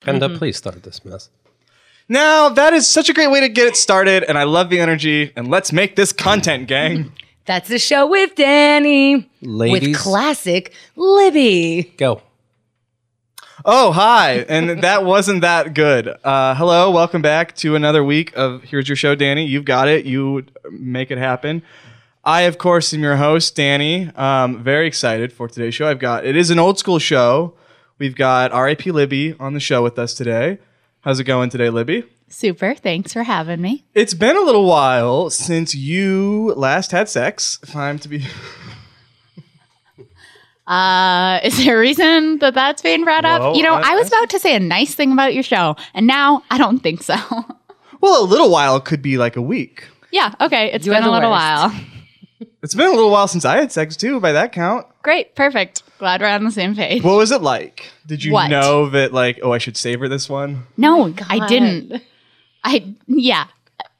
Brenda, uh, Mm-hmm. please start this mess. Now, that is such a great way to get it started, and I love the energy, and let's make this content, gang. That's the show with Danny. With Ladies. classic Libby. Go. oh, hi, and that wasn't that good. Uh, hello, welcome back to another week of Here's Your Show, Danny. You've got it, you make it happen. I, of course, am your host, Danny. Um, very excited for today's show. I've got it is an old school show. We've got R.I.P. Libby on the show with us today. How's it going today, Libby? Super. Thanks for having me. It's been a little while since you last had sex. If I'm to be Uh, is there a reason that that's being brought Well, up? You know, I- I, was about to say a nice thing about your show, and now I don't think so. Well, a little while could be like a week. yeah. Okay. It's You been are a the little worst. while. It's been a little while since I had sex too, by that count. Great. Perfect. Glad we're on the same page. What was it like? Did you What? know that like, oh, I should savor this one? no, God. I didn't. I, yeah.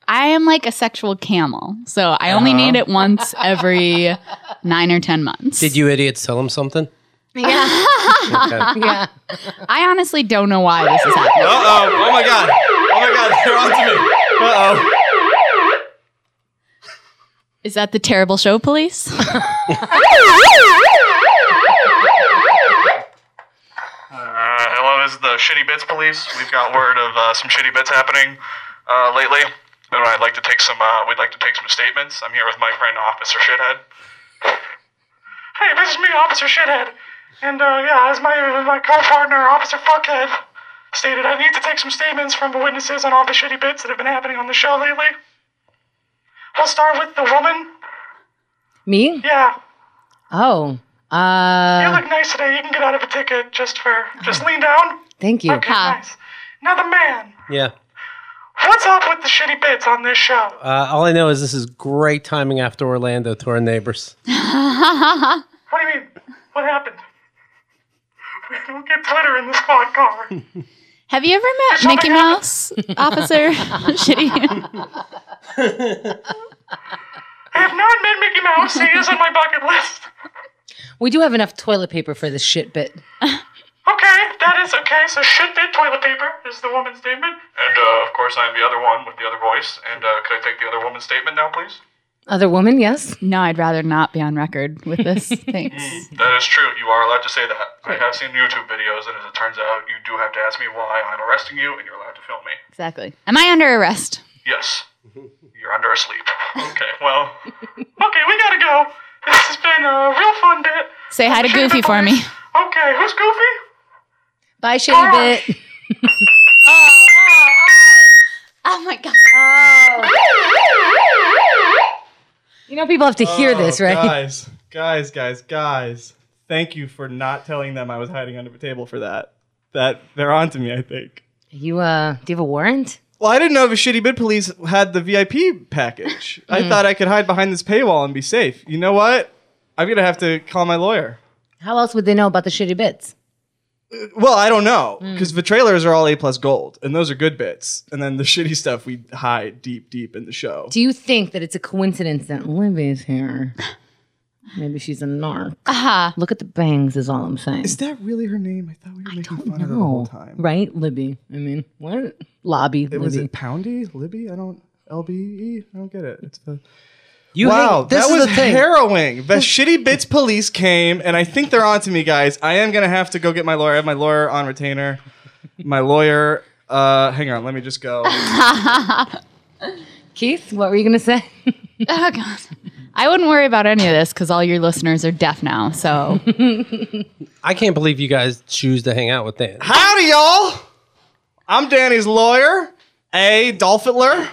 I am like a sexual camel. So I only need it once every nine or 10 months. Did you idiots tell him something? Yeah. Okay. yeah. I honestly don't know why this is happening. Uh oh! Oh my god! Oh my god! They're on to me! Uh oh! Is that the terrible show police? Uh, hello, this is the Shitty Bits Police. We've got word of uh, some shitty bits happening uh, lately, and I'd like to take some. Uh, we'd like to take some statements. I'm here with my friend Officer Shithead. Hey, this is me, Officer Shithead, and uh, yeah, as my my co-partner, Officer Fuckhead, stated, I need to take some statements from the witnesses on all the shitty bits that have been happening on the show lately. We'll start with the woman. Me? Yeah, Oh. you Uh look nice today. You can get out of a ticket just for just lean down. thank you. Okay, nice. Now the man. Yeah. What's up with the shitty bits on this show? Uh, all I know is this is great timing after Orlando to our neighbors. What do you mean? What happened? We don't get Twitter in the squad car. Have you ever met Mickey Mouse, Officer Shitty? I have not met Mickey Mouse. He is on my bucket list. We do have enough toilet paper for this shit bit. Okay, that is okay. So should be toilet paper is the woman's statement. And uh, of course, I am the other one with the other voice. And uh, could I take the other woman's statement now, please? Other woman, yes? No, I'd rather not be on record with this. Thanks. That is true. You are allowed to say that. I have seen YouTube videos, and as it turns out, you do have to ask me why I'm arresting you, and you're allowed to film me. Exactly. Am I under arrest? Yes. You're under a sleep. Okay, well. Okay, we gotta go. This has been a real fun bit. Say hi to Goofy for me. Okay, who's Goofy? Bye, Ah. shitty bit. Oh my god. You know people have to hear this, right? Guys, guys, guys, guys! Thank you for not telling them I was hiding under the table for that. That they're on to me, I think. You uh do you have a warrant? Well, I didn't know if Shitty Bid Police had the VIP package. I thought I could hide behind this paywall and be safe. You know what? I'm gonna have to call my lawyer. How else would they know about the shitty bits? Well, I don't know Hmm. because the trailers are all A plus gold, and those are good bits. And then the shitty stuff we hide deep, deep in the show. Do you think that it's a coincidence that Libby's here? Maybe she's a narc. Aha. Look at the bangs, is all I'm saying. Is that really her name? I thought we were making fun of her the No. whole time. Right? Libby. I mean, what? Lobby. It, Libby. was it Poundy? Libby? I don't. LBE? I don't get it. It's the, You wow, hate- this that is was the thing. harrowing. The shitty bits police came, and I think they're onto me, guys. I am gonna have to go get my lawyer. I have my lawyer on retainer. My lawyer. Uh, hang on, let me just go. Keith, what were you going to say? Oh god. I wouldn't worry about any of this because all your listeners are deaf now. So I can't believe you guys choose to hang out with Dan. Howdy, y'all. I'm Danny's lawyer, A. Dolphitler.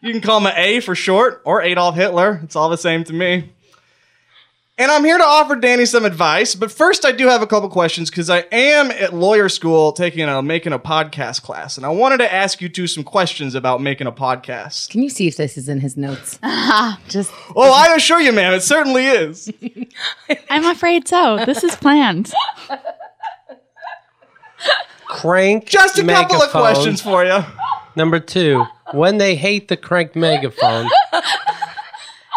You can call me A for short or Adolf Hitler. It's all the same to me. And I'm here to offer Danny some advice, but first I do have a couple questions because I am at lawyer school taking a making a podcast class, and I wanted to ask you two some questions about making a podcast. Can you see if this is in his notes? Just Oh, I assure you, ma'am, it certainly is. I'm afraid so. This is planned. Crank. Just a couple of megaphone. questions for you. Number two, when they hate the crank megaphone,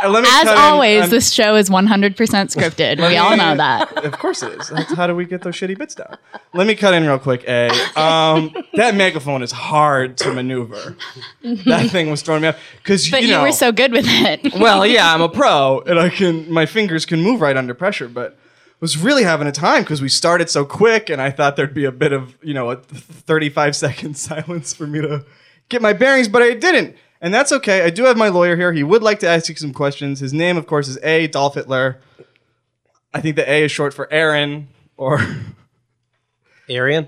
let me As cut in always, on- this show is 100% scripted. we all know that. Of course it is. That's how do we get those shitty bits down? Let me cut in real quick, A. Um, that megaphone is hard to maneuver. That thing was throwing me off. Because But you, you, know, were so good with it. well, yeah, I'm a pro, and I can my fingers can move right under pressure, but I was really having a time because we started so quick, and I thought there'd be a bit of you know a 35 second silence for me to get my bearings, but I didn't, and that's okay. I do have my lawyer here. He would like to ask you some questions. His name, of course, is A. Dolph Hitler. I think the A is short for Aaron, or Arian?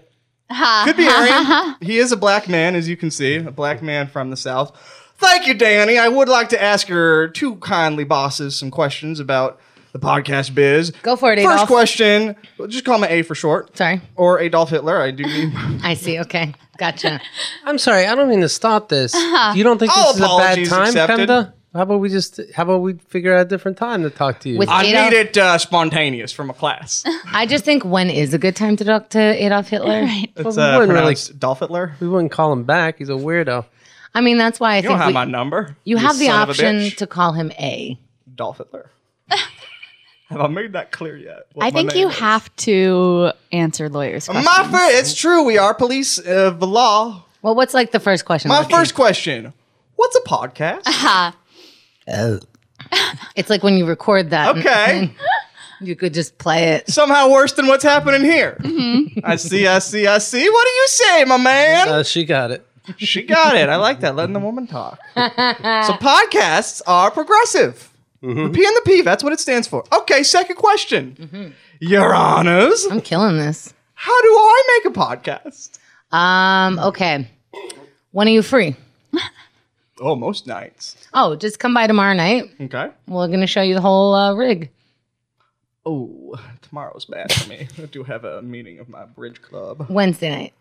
could be Aaron. he is a black man, as you can see, a black man from the South. Thank you, Danny. I would like to ask your two kindly bosses some questions about the podcast biz. Go for it, First Adolf. question, well, just call me A for short. Sorry. Or Adolf Hitler. I do need. I see. Okay. Gotcha. I'm sorry, I don't mean to stop this. Uh-huh. You don't think All this is a bad apologies time, accepted. Kenda? How about we just how about we figure out a different time to talk to you? With- I Adolf- need it uh, spontaneous from a class. I just think when is a good time to talk to Adolf Hitler? Right. It's we uh, wouldn't really- pronounced Adolf Hitler. we wouldn't call him back. He's a weirdo. I mean, that's why I You think don't have we- my number. you have the son of a option bitch. to call him A. Adolf Hitler. have I made that clear yet? what I my think name you is? have to answer lawyers' questions. My fir- it's true. We are police of the law. Well, what's like the first question? My Lucky? first question: What's a podcast? Ha. It's like when you record that. and Okay, You could just play it. somehow worse than what's happening here. I see, I see, I see. What do you say, my man? Uh, she got it. She got it. I like that. Letting the woman talk. so podcasts are progressive. The P and the P. That's what it stands for. Okay. Second question, Your Honors, I'm killing this. how do I make a podcast? Um, okay. When are you free? Oh, most nights. Oh, just come by tomorrow night. Okay. We're going to show you the whole uh, rig. Oh, tomorrow's bad for me. I do have a meeting of my bridge club. Wednesday night.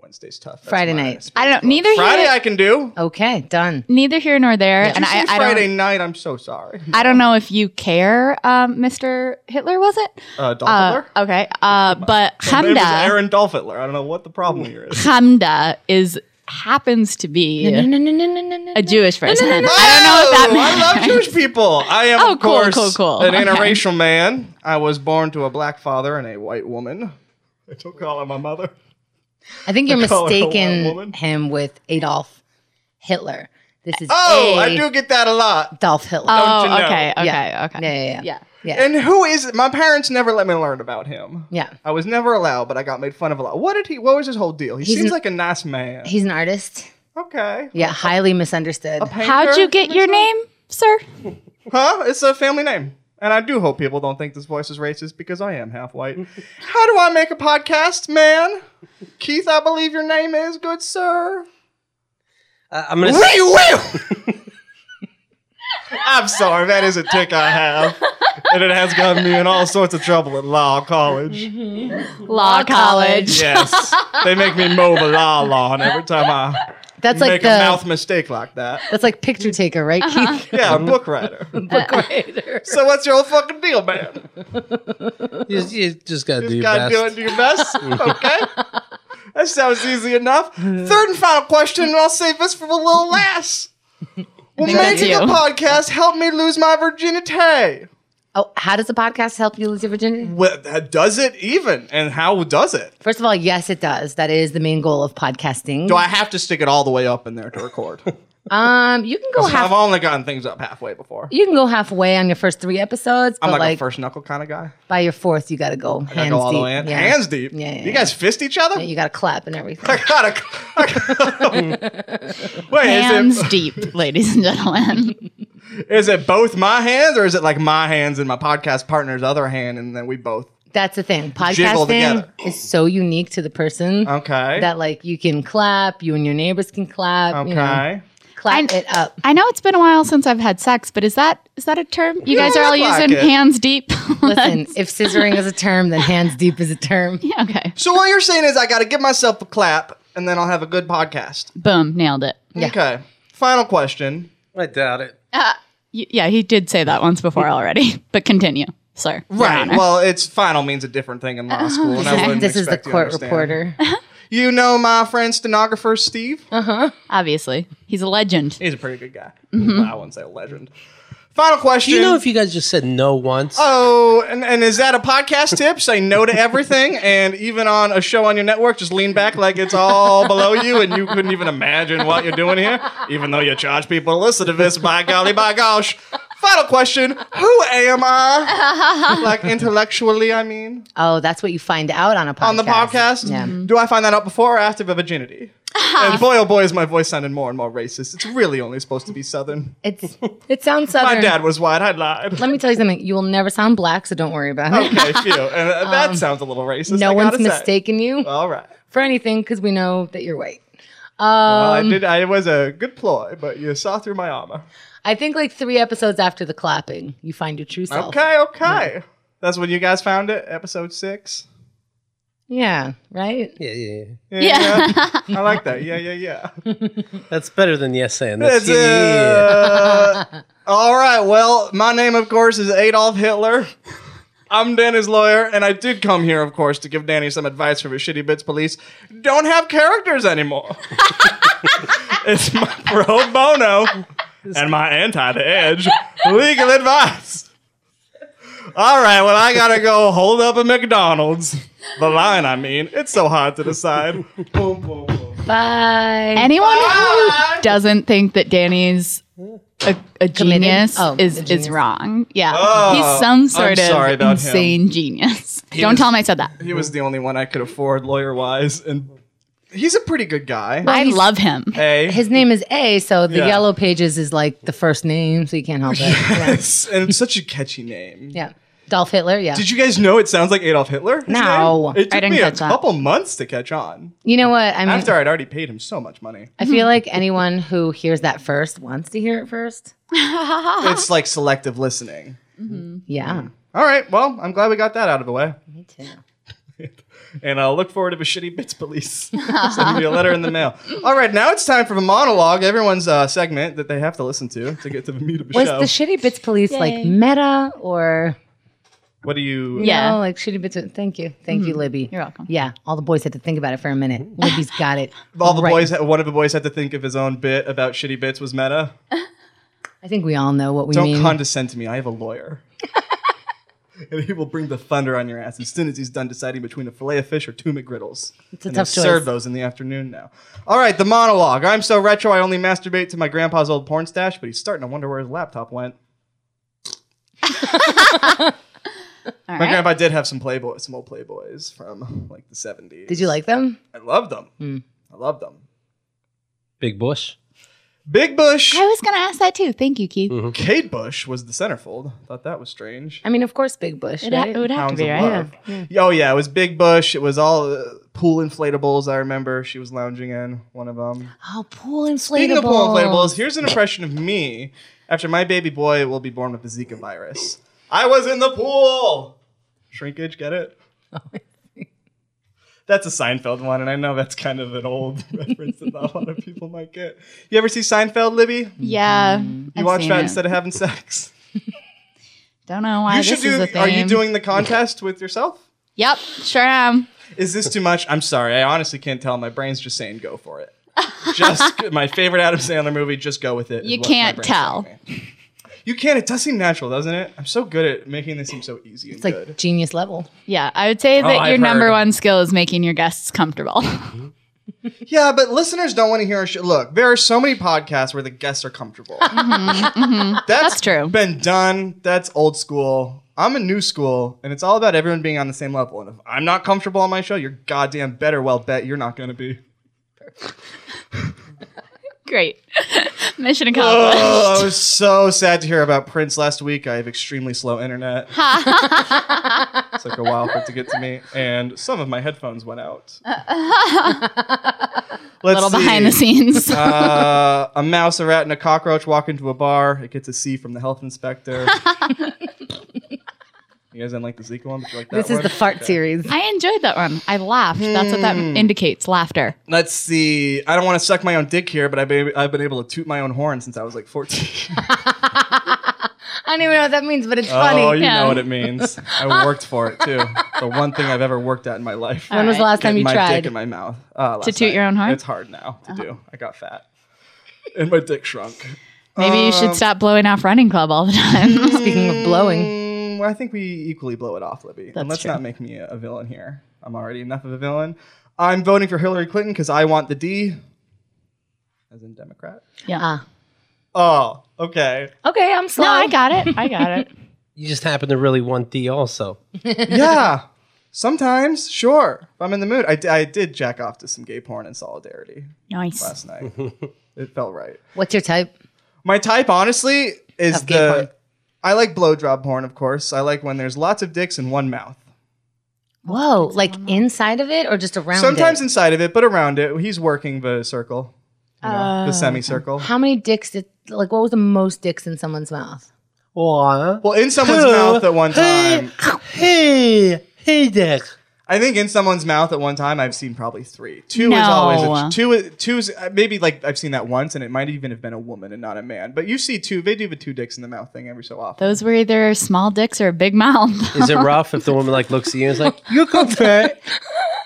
Wednesday's tough. That's Friday my night. I don't know. Neither Friday here, I can do. Okay, done. neither here nor there. And I, Say I Friday don't. night. I'm so sorry. I don't know if you care, um, Mr. Hitler. Was it? Uh, Dolph Uh, Hitler. okay. Uh, but Maybe it's Hamda, Aaron Dolph Hitler. I don't know what the problem here is. Hamda is happens to be No, no, no, no, no, no. a Jewish person. I don't know if that. Oh, I love Jewish people. I am, Oh, of cool, course, cool, cool. an Okay. interracial man. I was born to a black father and a white woman. I don't call her my mother. I think you're call her a white mistaken woman. him with Adolf Hitler. This is Oh, I I do get that a lot. Adolf Hitler. Oh, Don't you know? okay, okay, Yeah. okay. Yeah, yeah, yeah. Yeah. And who is it? My parents never let me learn about him. yeah. I was never allowed, but I got made fun of a lot. What did he? What was his whole deal? He He's seems an- like a nice man. He's an artist. okay. Yeah, highly misunderstood. Painter? How'd you get your name, sir? Huh? It's a family name. And I do hope people don't think this voice is racist because I am half white. How do I make a podcast, man? Keith, I believe your name is, good sir. Uh, I'm gonna. We will! I'm sorry, that is a tick I have. And it has gotten me in all sorts of trouble at law Mm-hmm. college. Law college. Yes. They make me mow the law lawn every time I That's like make a the mouth Uh-huh. mistake like that. that's like picture taker, right, Keith? Yeah, a book writer. Book writer. So what's your whole fucking deal, man? you, you just gotta do Just your gotta best. do it. Do your best. okay. That sounds easy enough. Third and final question, and I'll save this for the little last. Will think that's making a you. podcast help me lose my virginity? Oh, how does the podcast help you lose your virginity? Well, that- does it even? And how does it? First of all, yes, it does. That is the main goal of podcasting. Do I have to stick it all the way up in there to record? um, you can go I've half. only gotten things up halfway before. You can go halfway on your first three episodes, but I'm like, like a first knuckle kind of guy. by your fourth, you gotta go I hands go all deep. the way in. Yeah. Hands deep. Yeah, yeah, you guys fist each other? Yeah, You gotta clap and everything. I gotta. I gotta- Wait, is Hands it, deep, ladies and gentlemen. Is it both my hands, or is it like my hands and my podcast partner's other hand, and then we both? That's the thing. Jiggle Podcasting together. is so unique to the person Okay. that like you can clap, you and your neighbors can clap. okay. You know, clap I- it up. I know it's been a while since I've had sex, but is that is that a term? You guys don't are all look like using it. hands deep. Listen, if scissoring is a term, then hands deep is a term. okay. So what you're saying is I got to give myself a clap, and then I'll have a good podcast. Boom, nailed it. Yeah. Okay. Final question. I doubt it. Y- yeah, he did say that once before already. But continue, sir. Your Honor. Well, it's final means a different thing in law school. and I wouldn't This is the expect you to court understand. reporter. You know my friend stenographer Steve. Obviously, he's a legend. Mm-hmm. He's a pretty good guy. I wouldn't say a legend. Final question. Do you know if you guys just said no once? Oh, and, and is that a podcast tip? Say no to everything, and even on a show on your network, just lean back like it's all below you, and you couldn't even imagine what you're doing here, even though you charge people to listen to this. By golly, by gosh. Final question: Who am I? like intellectually, I mean, Oh, that's what you find out on a podcast. on the podcast. Mm-hmm. Yeah. Do I find that out before or after my virginity? and boy, oh boy, is my voice sounding more and more racist. It's really only supposed to be southern. It's it sounds southern. My dad was white. I lied. Let me tell you something. You will never sound black, so don't worry about it. okay, phew. And uh, that sounds a little racist. Um, no Oh, I one's gotta say. mistaken you All right. for anything because we know that you're white. Well, I Um, did. I it was a good ploy, but you saw through my armor. I think like three episodes after the clapping, you find your true self. Okay, okay. That's when you guys found it. Episode six. Yeah. Right. Yeah, yeah, Yeah. yeah. I like that. Yeah, yeah, yeah. yeah. That's better than yes and. That's, That's yeah, yeah, yeah. it. All right. Well, my name, of course, is Adolf Hitler. I'm Danny's lawyer, and I did come here, of course, to give Danny some advice from his shitty bits police. Don't have characters anymore. it's my pro bono and my anti the edge legal advice. All right, well, I gotta go hold up a McDonald's. The line, I mean. It's so hard to decide. Boom, boom, boom. Bye. Anyone Bye. who doesn't think that Danny's a, a genius Oh, is a genius. is wrong. Yeah, Oh, he's some sort I'm sorry of about him. insane genius. Don't was- tell him I said that. He was the only one I could afford lawyer wise, and he's a pretty good guy. I he's- love him. Hey, His name is A, so the Yeah. yellow pages is like the first name, so you can't help it. Yeah. and it's such a catchy name. yeah. Dolph Hitler. Yeah. Did you guys know it sounds like Adolf Hitler? his No. name? it took I didn't me catch a that. couple months to catch on. you know what? I mean, After I'd already paid him so much money, I feel like anyone who hears that first wants to hear it first. Uh-huh. it's like selective listening. Yeah. All right, well, I'm glad we got that out of the way, Me too. and I'll look forward to the shitty bits police. Send me a letter in the mail. All right, now it's time for the monologue. Everyone's uh, segment that they have to listen to to get to the meat of the Was show. the shitty bits police like Yay. meta or what do you? Yeah. No, like shitty bits. Thank you, thank Hmm. you, Libby. You're welcome. Yeah, all the boys had to think about it for a minute. Libby's got it. All the right. boys, one of the boys had to think of his own bit about shitty bits was meta. I think we all know what we Don't mean. condescend to me. I have a lawyer. and he will bring the thunder on your ass as soon as he's done deciding between a fillet of fish or two McGriddles. It's a and tough they choice. serve those in the afternoon now. All right, the monologue. I'm so retro, I only masturbate to my grandpa's old porn stash, but he's starting to wonder where his laptop went. All My right. grandpa did have some Playboy, some old Playboys from like the 70s. Did you like Hmm. them? I loved them. I loved them. Big Bush. Big Bush. I was gonna ask that too. Thank you, Keith. Kate Bush was the centerfold. Thought that was strange. I mean, of course, Big Bush. It, ha- right? it would have to Pounds be of right. love. Oh yeah, it was Big Bush. It was all uh, pool inflatables. I remember she was lounging in one of them. oh, pool inflatable. Speaking of pool inflatables, here's an impression of me after my baby boy will be born with the Zika virus. I was in the pool. Shrinkage, get it? That's a Seinfeld one, and I know that's kind of an old reference that not a lot of people might get. You ever see Seinfeld, Libby? You Yeah, I've watch seen that it. instead of having sex. Don't know why you should Ah, this do. is a thing. Are you doing the contest with yourself? Yep, sure am. Is this too much? I'm sorry. I honestly can't tell. My brain's just saying go for it. Just my favorite Adam Sandler movie. Just go with it. is You what my can't brain's tell. telling me. You can. It does seem natural, doesn't it? I'm so good at making this seem so easy and It's like good. genius level. Yeah, I would say that your Oh, I've number heard. one skill is making your guests comfortable. Yeah, but listeners don't want to hear our shit. Look, there are so many podcasts where the guests are comfortable. Mm-hmm, That's true. Been done. That's old school. I'm a new school, and it's all about everyone being on the same level. And if I'm not comfortable on my show, you're goddamn better well bet you're not gonna be. Great, mission accomplished. Oh, I was so sad to hear about Prince last week. I have extremely slow internet. it took a while for it to get to me, and some of my headphones went out. a little behind the scenes. Uh, a mouse, a rat, and a cockroach walk into a bar. It gets a C from the health inspector. you guys didn't like the Zika one, but you like that This is one? the fart Okay. series. I enjoyed that one. I laughed. That's what that indicates laughter. Let's see. I don't want to suck my own dick here, but I've been, I've been able to toot my own horn since I was like 14. I don't even know what that means, but it's Oh, funny. you Yeah. know what it means. I worked for it too. The one thing I've ever worked at in my life. When was the All right. last time Getting you my tried? dick in my mouth uh, last toot night. Uh-huh. your own horn? It's hard now to do. I got fat, and my dick shrunk. Maybe you should stop blowing off running club all the time. Speaking of blowing, Mm, well, I think we equally blow it off, Libby. and let's true. not make me a, a villain here. I'm already enough of a villain. I'm voting for Hillary Clinton because I want the D, as in Democrat. yeah. ah, Oh, okay. okay, I'm slow. No, I got it. I got it. You just happen to really want D also. yeah. Sometimes, sure. If I'm in the mood, I, d- I did jack off to some gay porn in solidarity Nice. last night. it felt right. What's your type? My type, honestly, is Of gay porn. the. I like blow job porn, of course. I like when there's lots of dicks in one mouth. Whoa, like inside of it or just around? Sometimes it? inside of it, but around it. He's working the circle, you know, Oh. Uh. the semicircle. how many dicks did like? What was the most dicks in someone's mouth? Aw. Well, in someone's Who? mouth at one time. Hey, hey, Dick. I think in someone's mouth at one time, I've seen probably three. Two is No. always a, two. is- Two is uh, maybe like I've seen that once, and it might even have been a woman and not a man. But you see two. They do the two dicks in the mouth thing every so often. Those were either small dicks or a big mouth. Is it rough if the woman like looks at you and is like, "You're confet,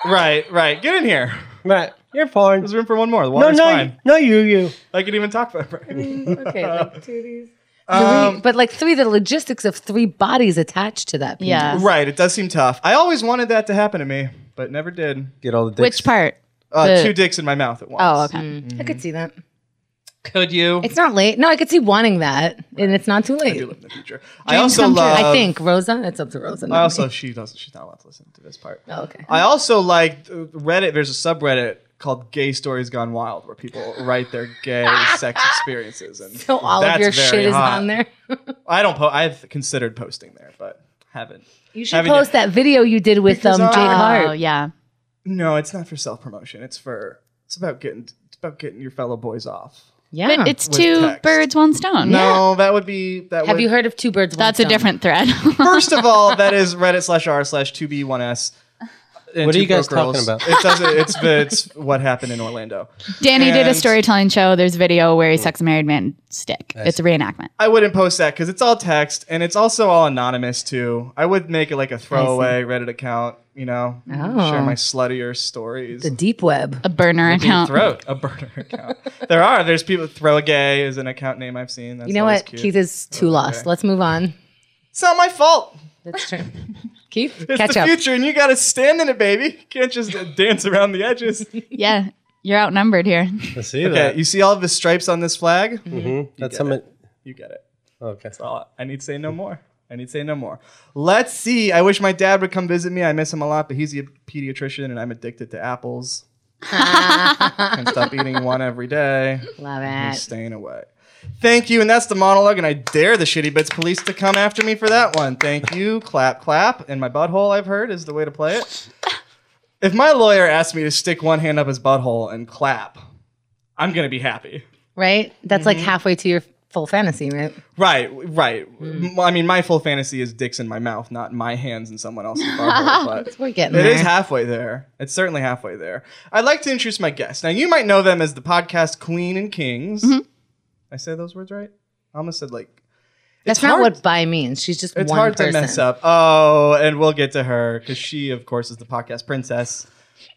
right, right. Get in here. right? You're fine." There's room for one more. The No, water's no, fine. you- no, you, you. I can even talk forever. Okay, like titties. Um, three, but like three, the logistics of three bodies attached to that. penis. yeah. right. It does seem tough. I always wanted that to happen to me, but never did. Get all the dicks. Which part? Uh, The- two dicks in my mouth at once. Oh, okay. I could see that. Mm-hmm. Could you? It's not late. No, I could see wanting that, and it's not too late. do live in the future. I also Come true. love. I think Rosa. It's up to Rosa. I Now. also she doesn't. She's not allowed to listen to this part. Oh, okay. I also like uh, Reddit. There's a subreddit called "Gay Stories Gone Wild" where people write their gay sex experiences, and So all that's of your very shit is hot. on there. I don't. Po- I've considered posting there, but haven't. You should Haven't post that video you did with um, Because, uh, Jake Oh, Hart. yeah. No, it's not for self promotion. It's for. It's about getting. It's about getting your fellow boys off. Yeah. But it's With two text. birds, one stone. No, that would be that. Have would, you heard of Two Birds? One That's a Stone? different thread. First of all, that is Reddit slash r slash two b one s. and What are two you guys broke girls. talking about? It doesn't. It's the- it's what happened in Orlando. Danny did a And- storytelling show. There's a video where he sucks a married man stick. It's a reenactment. I wouldn't post that because it's all text and it's also all anonymous too. I would make it like a throwaway Reddit account, you know, Oh. share my sluttier stories. The deep web. A burner account. throat, a burner account. there are. There's people. Throw a gay is an account name I've seen. That's You know always what? Cute. Keith is too lost. Let's move on. it's not my fault. That's true. Keith, It's catch the up. future, and you got to stand in it, baby. You can't just uh, dance around the edges. Yeah. You're outnumbered here. I see Okay, you see all of the stripes on this flag? that. Mm-hmm. hmm That's how much. You get it. Okay. Oh, I need say no more. I need say no more. Let's see. I wish my dad would come visit me. I miss him a lot, but he's a pediatrician and I'm addicted to apples. Can't stop eating one every day. Love He's it. staying away. Thank you, and that's the monologue, and I dare the shitty bits police to come after me for that one. Thank you. clap, clap. And my butthole, I've heard, is the way to play it. If my lawyer asked me to stick one hand up his butthole and clap, I'm gonna be happy. Right? That's like Mm-hmm. halfway to your full fantasy, right? Right, right. Hmm. M- I mean, my full fantasy is dicks in my mouth, not my hands in someone else's butthole. But We're getting it there. is halfway there. It's certainly halfway there. I'd like to introduce my guests. Now, you might know them as the podcast Queen and Kings. Mm-hmm. I say those words right? I almost said like. That's it's not hard- what bi means. She's just It's one hard person. to mess up. Oh, and we'll get to her because she, of course, is the podcast princess.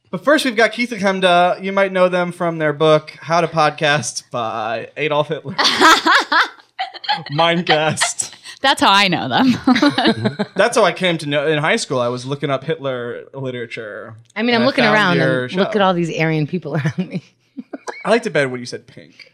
But first, we've got Keith Akemda. You might know them from their book "How to Podcast" by Adolf Hitler. Mindcast. That's how I know them. That's how I came to know. In high school, I was looking up Hitler literature. I mean, I'm and looking found around your and show. look at all these Aryan people around me. I liked it better when you said pink.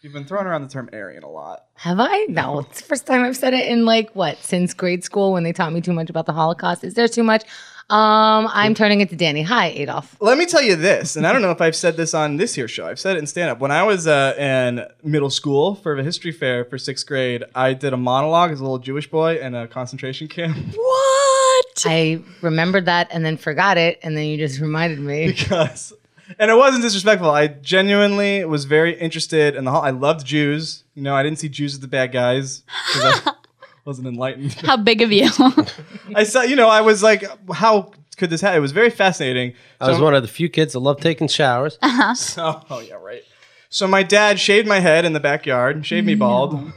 You've been throwing around the term Aryan a lot. Have I? No, it's the first time I've said it in like what since grade school when they taught me too much about the Holocaust. Is there too much? Um, I'm turning it to Danny. Hi, Adolf. Let me tell you this, and I don't know if I've said this on this here show. I've said it in stand up. When I was uh, in middle school for the history fair for sixth grade, I did a monologue as a little Jewish boy in a concentration camp. what? I remembered that and then forgot it, and then you just reminded me. because and it wasn't disrespectful i genuinely was very interested in the hall i loved jews you know i didn't see jews as the bad guys 'cause i wasn't enlightened How big of you? i saw you know i was like how could this happen it was very fascinating I was one of the few kids that love taking showers. so oh yeah right so my dad shaved my head in the backyard shaved me bald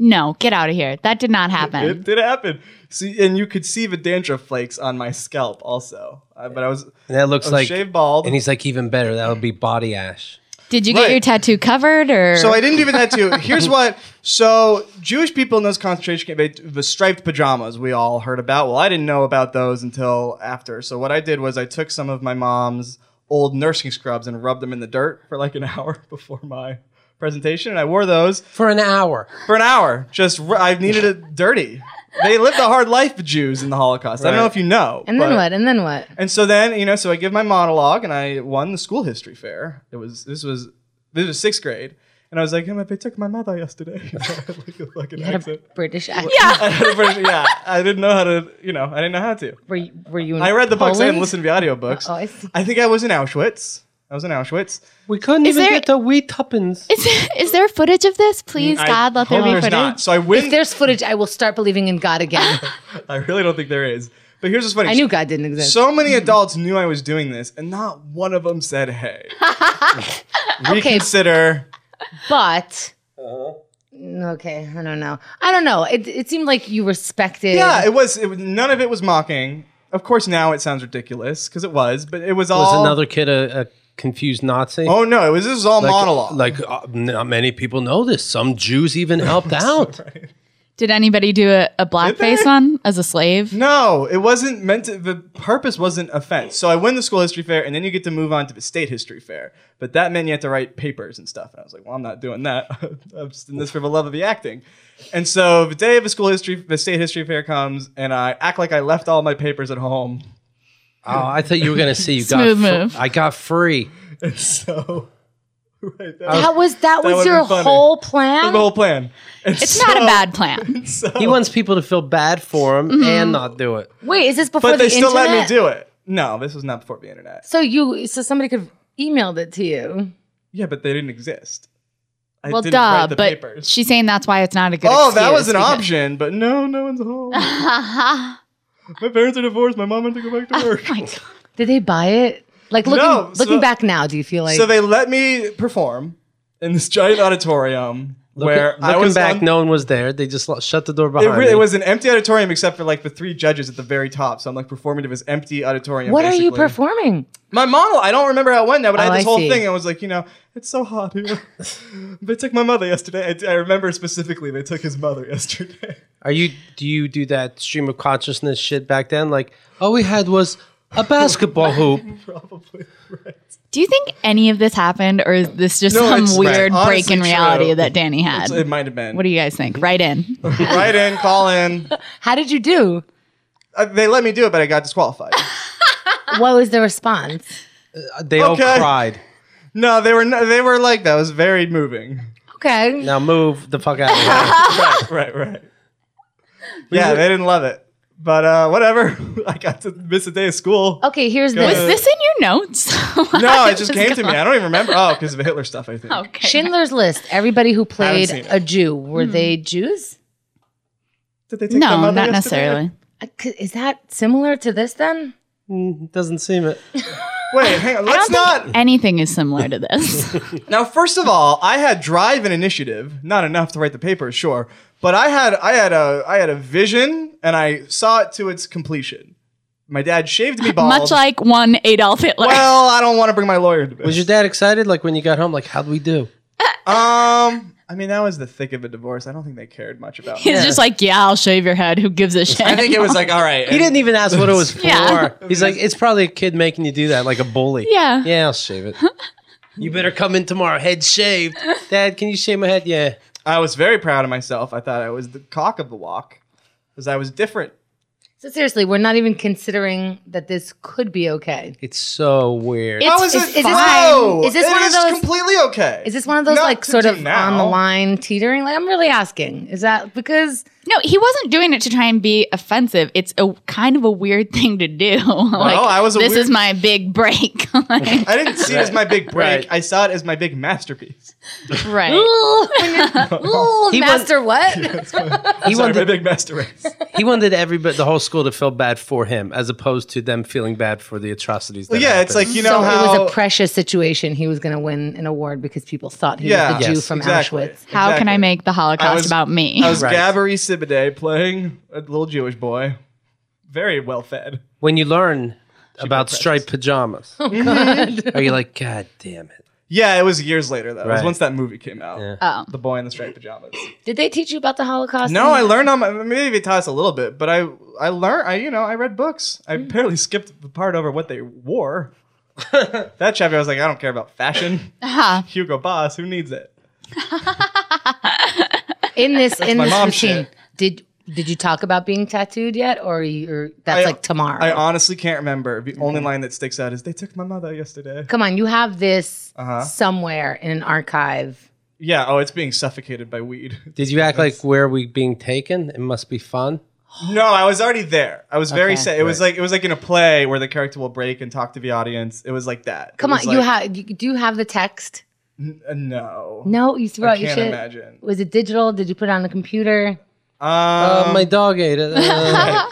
no, get out of here. That did not it happen. did happen see and you could see the dandruff flakes on my scalp also Uh, but i was And that looks I was like. shaved bald And he's like, even better. That would be body ash. Did you get Right. your tattoo covered or? So I didn't do the tattoo. Here's what. So Jewish people in those concentration camps, the striped pajamas we all heard about. Well, I didn't know about those until after. So what I did was I took some of my mom's old nursing scrubs and rubbed them in the dirt for like an hour before my presentation, and I wore those for an hour. for an hour. Just r- I needed it dirty. They lived a hard life, the Jews in the Holocaust. I don't know Right. if you know. And then but- what? And then what? and so then, you know, so I give my monologue and I won the school history fair. It was this was this was sixth grade. And I was like, "Hey, my- they took my mother yesterday. I had, like a fucking You had a accent. British accent. I had a British- yeah, I didn't know how to, you know, I didn't know how to. Were you, were you in I read the books and Poland? listened to the audiobooks. Oh, I see. I think I was in Auschwitz. I was in Auschwitz. We couldn't Is even there- get the wee tuppence. is, is there footage of this? Please, I God, let there hope be there's footage. not. So I If win. there's footage, I will start believing in God again. I really don't think there is. But here's what's funny. I knew God didn't exist. so many adults knew I was doing this, and not one of them said, "Hey, reconsider." but Uh-huh. okay, I don't know. I don't know. It, it seemed like you respected. Yeah, it was. It was none of it was mocking. Of course, now it sounds ridiculous because it was, but it was all. Oh. Was another kid a, a confused Nazi? Oh no! It was. This was all like, monologue. Like uh, not many people know this. Some Jews even helped out. Did anybody do a, a they? blackface one as a slave? no, it wasn't meant to. The purpose wasn't offense. So I win the school history fair, and then you get to move on to the state history fair. But that meant you had to write papers and stuff. And I was like, well, I'm not doing that. I'm just in this for the love of the acting. And so the day of the school history, the state history fair comes, and I act like I left all my papers at home. Oh, I thought you were gonna say you got. Smooth fr- move. I got free. And so, right, that, That was that, was would've your been funny. whole was plan. the whole plan. It's not a bad plan. He wants people to feel bad for Mm-hmm. him and not do it. Wait, is this before but the they still let me internet? do it. No, this was not before the internet. So you, so somebody could have emailed it to you. Yeah, but they didn't exist. I well, didn't duh, write the but papers. she's saying that's why it's not a good. Oh, that was an excuse option, but no, no one's home. my because- parents are divorced. My mom had to go back Oh to work. My God. Did they buy it? Like looking No, so- looking back now, do you feel like so they let me perform in this giant auditorium where Looking- I looking was back, on- no one was there. They just lo- shut the door It, behind re- me. it was an empty auditorium except for like the three judges at the very top. So I'm like performing to this empty auditorium. what are you basically. performing? My model, I don't remember how it went now, but I Oh, had this I whole see. thing. I was like, you know, it's so hot here. they took my mother yesterday. I, I remember specifically they took his mother yesterday. Are you? Do you do that stream of consciousness shit back then? Like all we had was a basketball hoop. Probably right. Do you think any of this happened, or is this just No, it's- some weird right. break in Honestly, reality true. that Danny had? It might have been. what do you guys think? Right in. Write in, call in. How did you do? Uh, they let me do it, but I got disqualified. What was the response? They all Okay. cried. no, they were no, they were like that. It was very moving. Okay. Now move the fuck out of here. right, right, right. Yeah, they didn't love it, but uh, whatever. I got to miss a day of school. Oh, Okay, here's Go this. Is this in your notes? No, it just came to me. I don't even remember. Oh, because of the Hitler stuff, I think. Okay. Schindler's List. Everybody who played seen it. a Jew were they Jews? Did they take my no, mother not yesterday? necessarily. Uh, c- Is that similar to this then? Mm, Doesn't seem it. Wait, hang on. Let's not. Anything is similar to this. Now, first of all, I had drive and initiative, not enough to write the paper, sure, but I had I had a I had a vision and I saw it to its completion. My dad shaved me bald. Much like one Adolf Hitler. well, I don't want to bring my lawyer to Was this. your dad excited? Like when you got home? Like how'd we do? Um, I mean, that was the thick of a divorce. I don't think they cared much about me. He's just like, yeah, I'll shave your head. Who gives a shit? I think it was like, all right. He didn't even ask what it was for. Yeah. He's like, it's probably a kid making you do that, like a bully. Yeah. Yeah, I'll shave it. You better come in tomorrow, head shaved. Dad, can you shave my head? Yeah. I was very proud of myself. I thought I was the cock of the walk because I was different. So seriously, we're not even considering that this could be okay. It's so weird. It's- How is, is- it is this fine? one- is this It one of is those- completely okay? Is this one of those Not like to sort do of now. on the line teetering? Like I'm really asking. Is that because No, he wasn't doing it to try and be offensive. It's a kind of a weird thing to do. like, I was a this weird- is my big break. like, I didn't see it as my big break. Right. I saw it as my big masterpiece. right. Ooh, He master what? he, Sorry, my wanted, big master race. he wanted everybody, the whole school to feel bad for him as opposed to them feeling bad for the atrocities. That Well, yeah, it's like happened. you know so how it was a precious situation. He was going to win an award because people thought he yeah, was the Jew Yes, from exactly, Auschwitz. How can exactly. I make the Holocaust I was- about me? I was Right. Gabbery Sibide playing a little Jewish boy, very well fed. Oh, when you learn about striped pajamas, are you like, God damn it? Yeah, it was years later though. It was Right. once that movie came out. Yeah. Oh. The Boy in the Striped Pajamas. Did they teach you about the Holocaust? no, I learned on my maybe it taught us a little bit, but I I learned I you know I read books. I Mm. barely skipped the part over what they wore. that chapter I was like I don't care about fashion. Ah, Hugo Boss, who needs it? in this in my this mom's routine. shit. Did did you talk about being tattooed yet, or you, or that's I- like tomorrow? Mm-hmm. I honestly can't remember. The only line that sticks out is they took my mother yesterday. Come on, you have this Uh-huh. somewhere in an archive. Yeah. Oh, it's being suffocated by weed. Did you act like where are we being taken? It must be fun. No, I was already there. I was very Okay. sad. It was like it was like in a play where the character will break and talk to the audience. It was like that. It Come on, was you like, have you, do you have the text? n- uh, no. No, you threw I out your can't shit. imagine. Was it digital? Did you put it on the computer? Um, uh, my dog ate it. Uh, uh,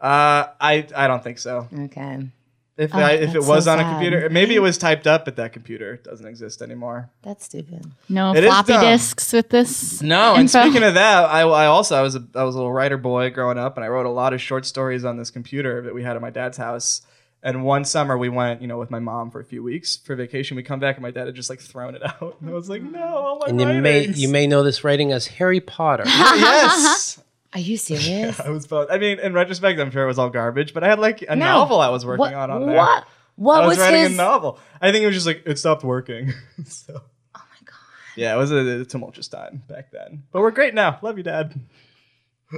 I I don't think so. Okay, If Oh, I, if it that's was so on a sad. computer, maybe it was typed up, but that computer doesn't exist anymore. that's stupid. no It is floppy dumb. disks with this. No, and info. speaking of that, I, I also I was a, I was a little writer boy growing up, and I wrote a lot of short stories on this computer that we had at my dad's house. And one summer we went, you know, with my mom for a few weeks for vacation. We come back and my dad had just like thrown it out, and I was like, no, all my and you may writings." you may know this writing as Harry Potter. yes. Are you serious? I was both. I mean, in retrospect, I'm sure it was all garbage, but I had like a No. novel I was working what, on on there. what? What I was, was, writing his? a novel. I think it was just like it stopped working. so. Oh my god. Yeah, it was a, a tumultuous time back then, but we're great now. Love you, Dad.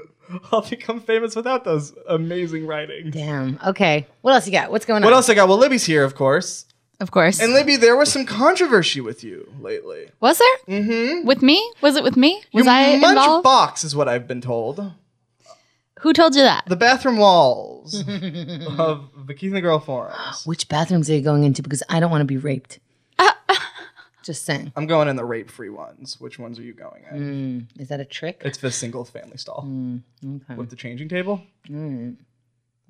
I'll become famous without those amazing writings. Damn. Okay. What else you got? What's going on? What else I got? Well, Libby's here, of course. Of course. And Libby, there was some controversy with you lately. was there? Mm-hmm. With me? Was it with me? Was you I munch involved? box is what I've been told. Who told you that? The bathroom walls of the Keith and the Girl forums. Which bathrooms are you going into? Because I don't want to be raped. Just saying. I'm going in the rape free ones. Which ones are you going in? Is that a trick? It's the single family stall Mm, okay. with the changing table.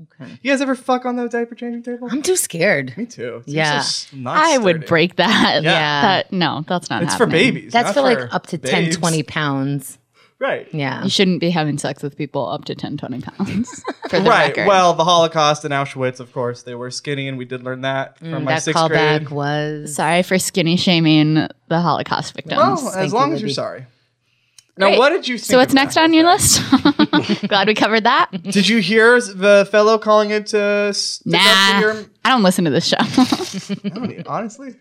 okay. You guys ever fuck on the diaper changing table? I'm too scared. Me too. It's Yeah. just not I would sturdy. break that. Yeah. That, no, that's not It's for happening. babies. not That's for like up to 10, babes. 20 pounds. Right. Yeah. You shouldn't be having sex with people up to 10, 20 pounds. For the Right. record. Well, the Holocaust and Auschwitz, of course, they were skinny, and we did learn that Mm, from my that sixth callback grade. was Sorry for skinny shaming the Holocaust victims. Well, Thank Oh, as you, long as you're Libby. sorry. Now, Great. what did you think? so what's of that next on whole your thing? list? Glad we covered that. Did you hear the fellow calling it to s- to Nah, Dr. Yerm- I don't listen to this show. I don't- Honestly,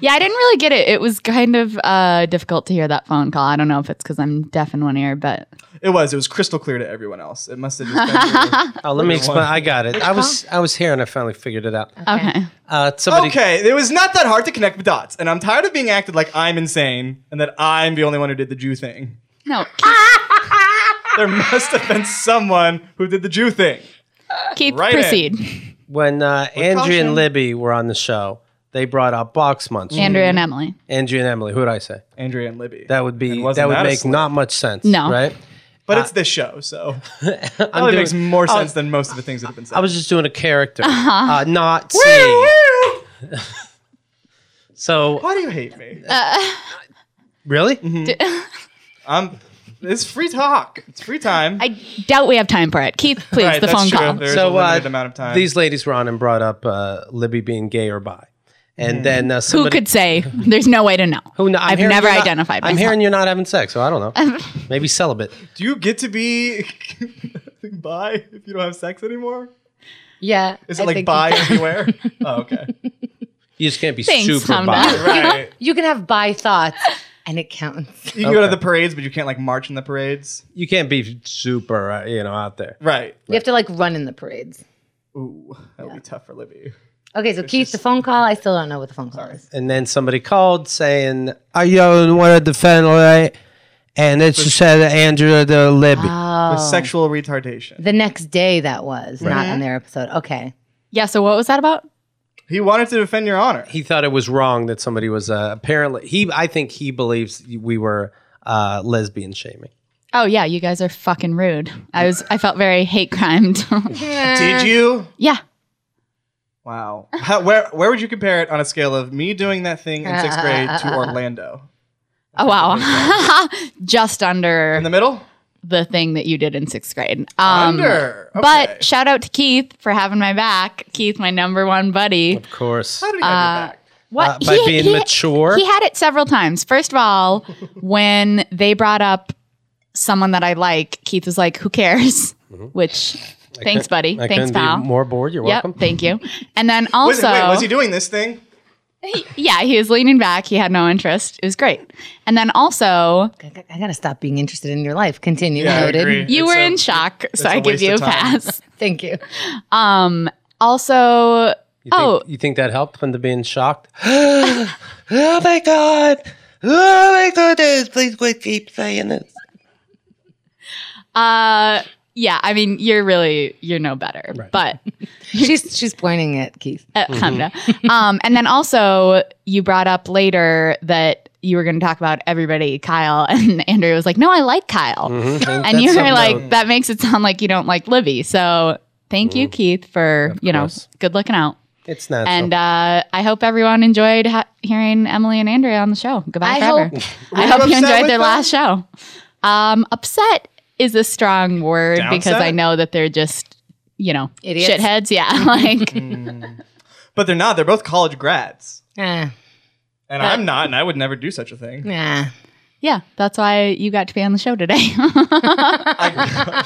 yeah, I didn't really get it. It was kind of uh, difficult to hear that phone call. I don't know if it's because I'm deaf in one ear, but it was. It was crystal clear to everyone else. It must have just been. your- Oh, let me Which explain. one? I got it. I was I was here and I finally figured it out. okay. Uh, somebody Okay, it was not that hard to connect the dots, and I'm tired of being acted like I'm insane and that I'm the only one who did the Jew thing. No, There must have been someone who did the Jew thing. Keith, Right in. proceed. when uh, Andrea caution. and Libby were on the show, they brought up box munch. Andrea and Emily. Andrea and Emily. Who would I say? Andrea and Libby. That would be And that, wasn't would that a make slip? not much sense. No. right? but it's this show, so I'm probably doing- makes more sense than most of the things that have been said. I was just doing a character, Uh-huh. uh, not saying. so Why do you hate me? Uh, really, Mm-hmm. I'm. It's free talk. It's free time. I doubt we have time for it. Keith, please, Right, the that's phone true. call. There's a so uh, limited amount of time. these ladies were on and brought up uh, Libby being gay or bi, and Mm-hmm. then uh, Who somebody, could say? There's no way to know. Who kn- I'm I've hearing never you're not- identified I'm myself. hearing you're not having sex, so I don't know. Maybe celibate. do you get to be bi if you don't have sex anymore? yeah. Is it I like think- bi everywhere? oh, okay. You just can't be Thanks, super Tom bi. Dyer. Right. You can have bi thoughts and it counts. You can go to Okay. the parades, but you can't like march in the parades. You can't be super, uh, you know, out there. Right. You have to like run in the parades. Ooh, that would be tough for Libby. Okay, so Keith, the phone call. I still don't know what the phone call is. And then somebody called saying, "Are you in one of the family?" And it just said Andrew the Libby. Ah. With Oh. sexual retardation. Um, The next day that was, not on their episode. Okay. Yeah, so what was that about? He wanted to defend your honor. he thought it was wrong that somebody was uh, apparently he. I think he believes we were uh, lesbian shaming. Oh yeah, you guys are fucking rude. I was I felt very hate crimed. Uh, Did you? yeah. Wow. How, where where would you compare it on a scale of me doing that thing in sixth grade to Orlando? Oh wow. Just In the under middle? the thing that you did in sixth grade. Um, Under. Okay. But shout out to Keith for having my back. Keith, my number one buddy. Uh, Of course, How did he have your back? uh, by being mature. He had it several times. First of all, when they brought up someone that I like, Keith was like, "Who cares?" Mm-hmm. Which, thanks, buddy. I thanks, couldn't pal. be more bored. You're yep, welcome. thank you. And then also, Wait, wait, was he doing this thing? yeah, he was leaning back. He had no interest. It was great. And then also, I, got- I gotta stop being interested in your life. Continue. Yeah, I Noted. agree. you It's were a- in shock, so a I give waste you a of time. pass. Thank you. Um, also, You think, Oh. you think that helped when the being shocked? oh my god! Oh my goodness! Please, please keep saying this. uh, yeah, I mean, you're really you're no better, Right. Mm-hmm. but she's she's pointing at Keith. uh, kinda. um, and then also you brought up later that you were going to talk about everybody, Kyle, and Andrew was like, "No, I like Kyle," Mm-hmm. and you were like, "That makes it sound like you don't like Libby." So thank you, Keith, for you know Mm-hmm. course. good looking out. "It's natural." And uh, I hope everyone enjoyed ha- hearing Emily and Andrea on the show. I Goodbye forever. hope- I you hope you upset enjoyed with their them? last show. Um, upset is a strong word because Downset? I know that they're just, you know, Idiots. shitheads. Yeah, like But they're not. They're both college grads. Ah, And I'm not, and I would never do such a thing. nah. yeah. That's why you got to be on the show today.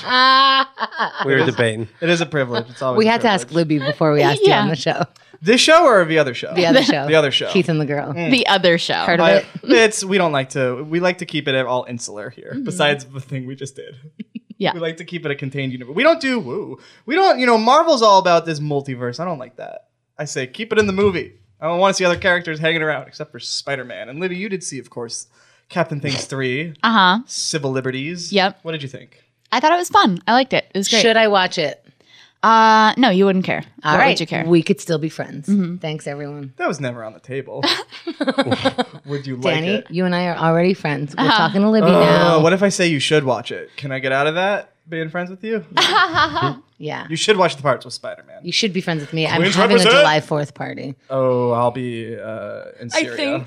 we were debating. It is a privilege. It's always We a had to ask privilege. Libby before we asked you Yeah. on the show. this show or the other show. The other show. The other show. Keith and the girl. Mm. the other show. Heard of I- it? it's we don't like to. We like to keep it all insular here. Mm-hmm. Besides the thing we just did. Yeah. We like to keep it a contained universe. We don't do woo. We don't. You know, Marvel's all about this multiverse. I don't like that. I say keep it in the movie. I don't want to see other characters hanging around except for Spider Man and Libby. You did see, of course, Captain Things Three, Uh huh. Civil Liberties. Yep. What did you think? I thought it was fun. I liked it. It was great. Should I watch it? uh, no, you wouldn't care. All right. Why Would you care? Mm-hmm. We could still be friends. Thanks, everyone. That was never on the table. would you like Danny, it? you and I are already friends. We're Uh-huh. talking to Libby Uh, now. what if I say you should watch it? Can I get out of that being friends with you? yeah. you should watch the parts with Spider Man. You should be friends with me. I'm Queens having represent. a July 4th party. Oh, I'll be uh, in Syria.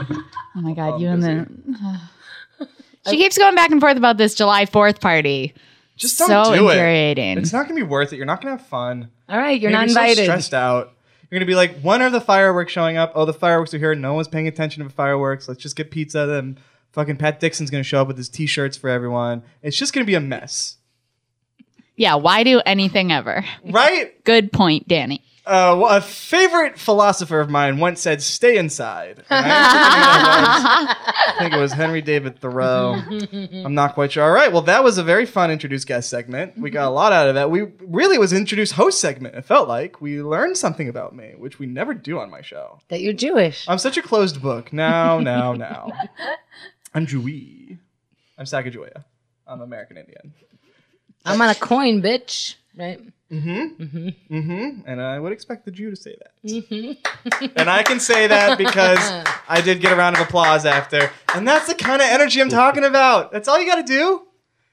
Oh my god, you and the. She keeps going back and forth about this July Fourth party. Just don't So do it. infuriating. It's not gonna be worth it. You're not gonna have fun. All right, you're You're gonna not be so invited. stressed out. You're gonna be like, when are the fireworks showing up? Oh, the fireworks are here. No one's paying attention to the fireworks. Let's just get pizza. Then fucking Pat Dixon's gonna show up with his T-shirts for everyone. It's just gonna be a mess, Yeah, why do anything ever? right? Good point, Danny. uh, well, a favorite philosopher of mine once said, "Stay inside." And I, I think it was Henry David Thoreau. I'm not quite sure. All right, well, that was a very fun introduce guest segment. We got a lot out of that. We really it was introduce host segment. It felt like we learned something about me, which we never do on my show. that you're Jewish. I'm such a closed book. Now, now, now. I'm Jewy. I'm Sacagawea. I'm American Indian. I'm on a coin, bitch. Right? hmm And I would expect the Jew to say that. Mm-hmm. and I can say that because I did get a round of applause after. And that's the kind of energy I'm talking about. That's all you got to do.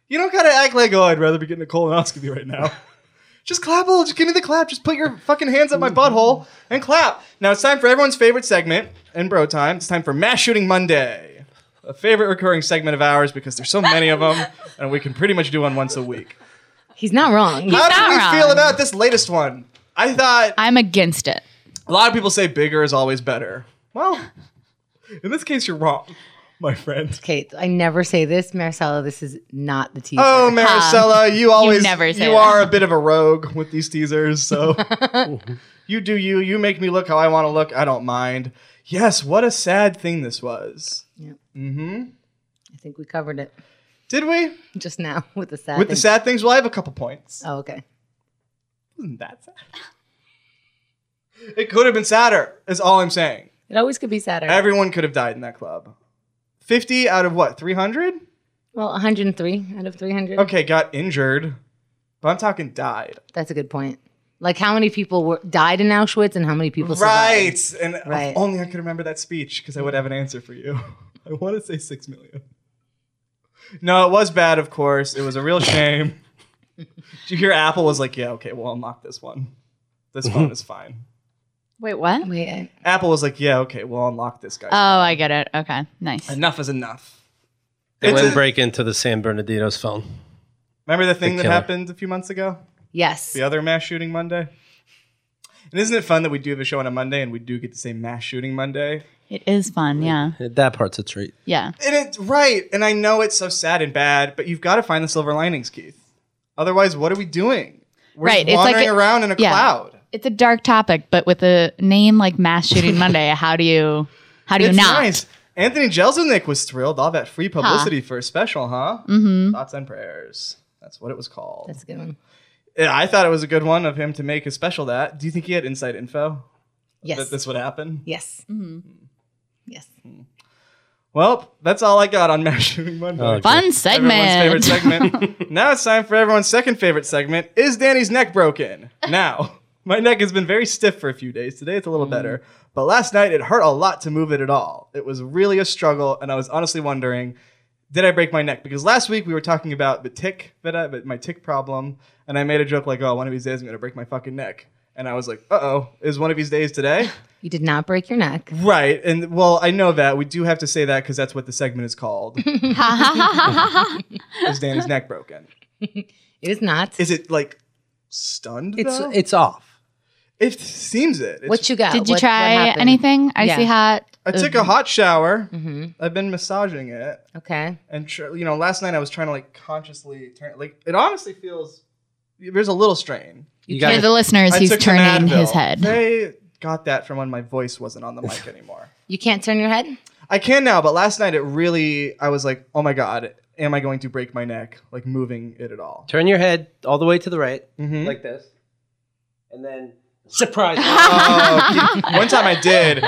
You don't got to act like, oh, I'd rather be getting a colonoscopy right now. Just clap, oh, just give me the clap. Just put your fucking hands up my butthole and clap. Now it's time for everyone's favorite segment in bro time. It's time for Mass Shooting Monday, a favorite recurring segment of ours because there's so many of them and we can pretty much do one once a week. He's not wrong. How not do we wrong. feel about this latest one? I thought I'm against it. a lot of people say bigger is always better. Well, in this case, you're wrong, my friend. Kate, I never say this, Marcella. This is not the teaser. Oh, Maricela, you always you, never say that. are a bit of a rogue with these teasers. So you do you. You make me look how I want to look. I don't mind. Yes, what a sad thing this was. I think we covered it Did we? just now with the sad. with the thing. sad things, well, I have a couple points. Oh, okay. Isn't that sad? It could have been sadder. Is all I'm saying. It always could be sadder. Everyone could have died in that club. Fifty out of what? Three hundred? well, 103 out of 300. Okay, got injured, but I'm talking died. That's a good point. Like how many people were died in Auschwitz and how many people survived? and if Right. only I could remember that speech because I would have an answer for you. I want to say six million. No, it was bad. Of course, it was a real shame. Did you hear Apple was like, "Yeah, okay, well, I'll knock this one. This phone is fine." Wait, what? Wait, I- Apple was like, "Yeah, okay, well, I'll unlock this guy." Oh, I get it. Okay, nice. enough is enough. They It's went a- break into the San Bernardino's phone. Remember the thing that killer. happened a few months ago? yes. The other mass shooting Monday? And isn't it fun that we do have a show on a Monday and we do get to say mass shooting Monday? It is fun. Yeah. That part's a treat. Yeah. And it's right. And I know it's so sad and bad, but you've got to find the silver linings, Keith. Otherwise, what are we doing? We're Right, just it's like wandering a- around in a yeah. cloud. It's a dark topic, but with a name like Mass Shooting Monday, how do you how do you It's not? nice. Anthony Jeselnik was thrilled. All that free publicity for a special, huh? Mm-hmm. Thoughts and prayers. That's what it was called. That's a good one. Yeah, I thought it was a good one of him to make a special that. Do you think he had inside info Yes. that this would happen? yes. Mm-hmm. Yes. Well, that's all I got on Mass Shooting Monday. Oh, Fun Everyone's segment. favorite segment. now it's time for everyone's second favorite segment. Is Danny's neck broken? Now, my neck has been very stiff for a few days. Today it's a little better. But last night it hurt a lot to move it at all. It was really a struggle, and I was honestly wondering, did I break my neck? Because last week we were talking about the tick that I, but my tick problem, and I made a joke like, "Oh, one of these days I'm gonna break my fucking neck." And I was like, "Uh oh, is one of these days today?" You did not break your neck. right. And well, I know that we do have to say that because that's what the segment is called. is Danny's neck broken? It is not. Is it like stunned? It's though? it's off. it seems it. It's- what you got? Did you What- what try happened? anything? Icy Yeah. hot. I took a hot shower. Mm-hmm. Mhm. I've been massaging it, Okay. and tr- you know, last night I was trying to like consciously turn. Like it honestly feels there's a little strain. You For got the listeners, I he's took an turning his Advil. head. They got that from when my voice wasn't on the mic anymore. You can't turn your head? I can now, but last night it really. I was like, oh my god, am I going to break my neck? Like moving it at all? turn your head all the way to the right, Mhm. like this, and then surprise. Oh, okay. one time I did.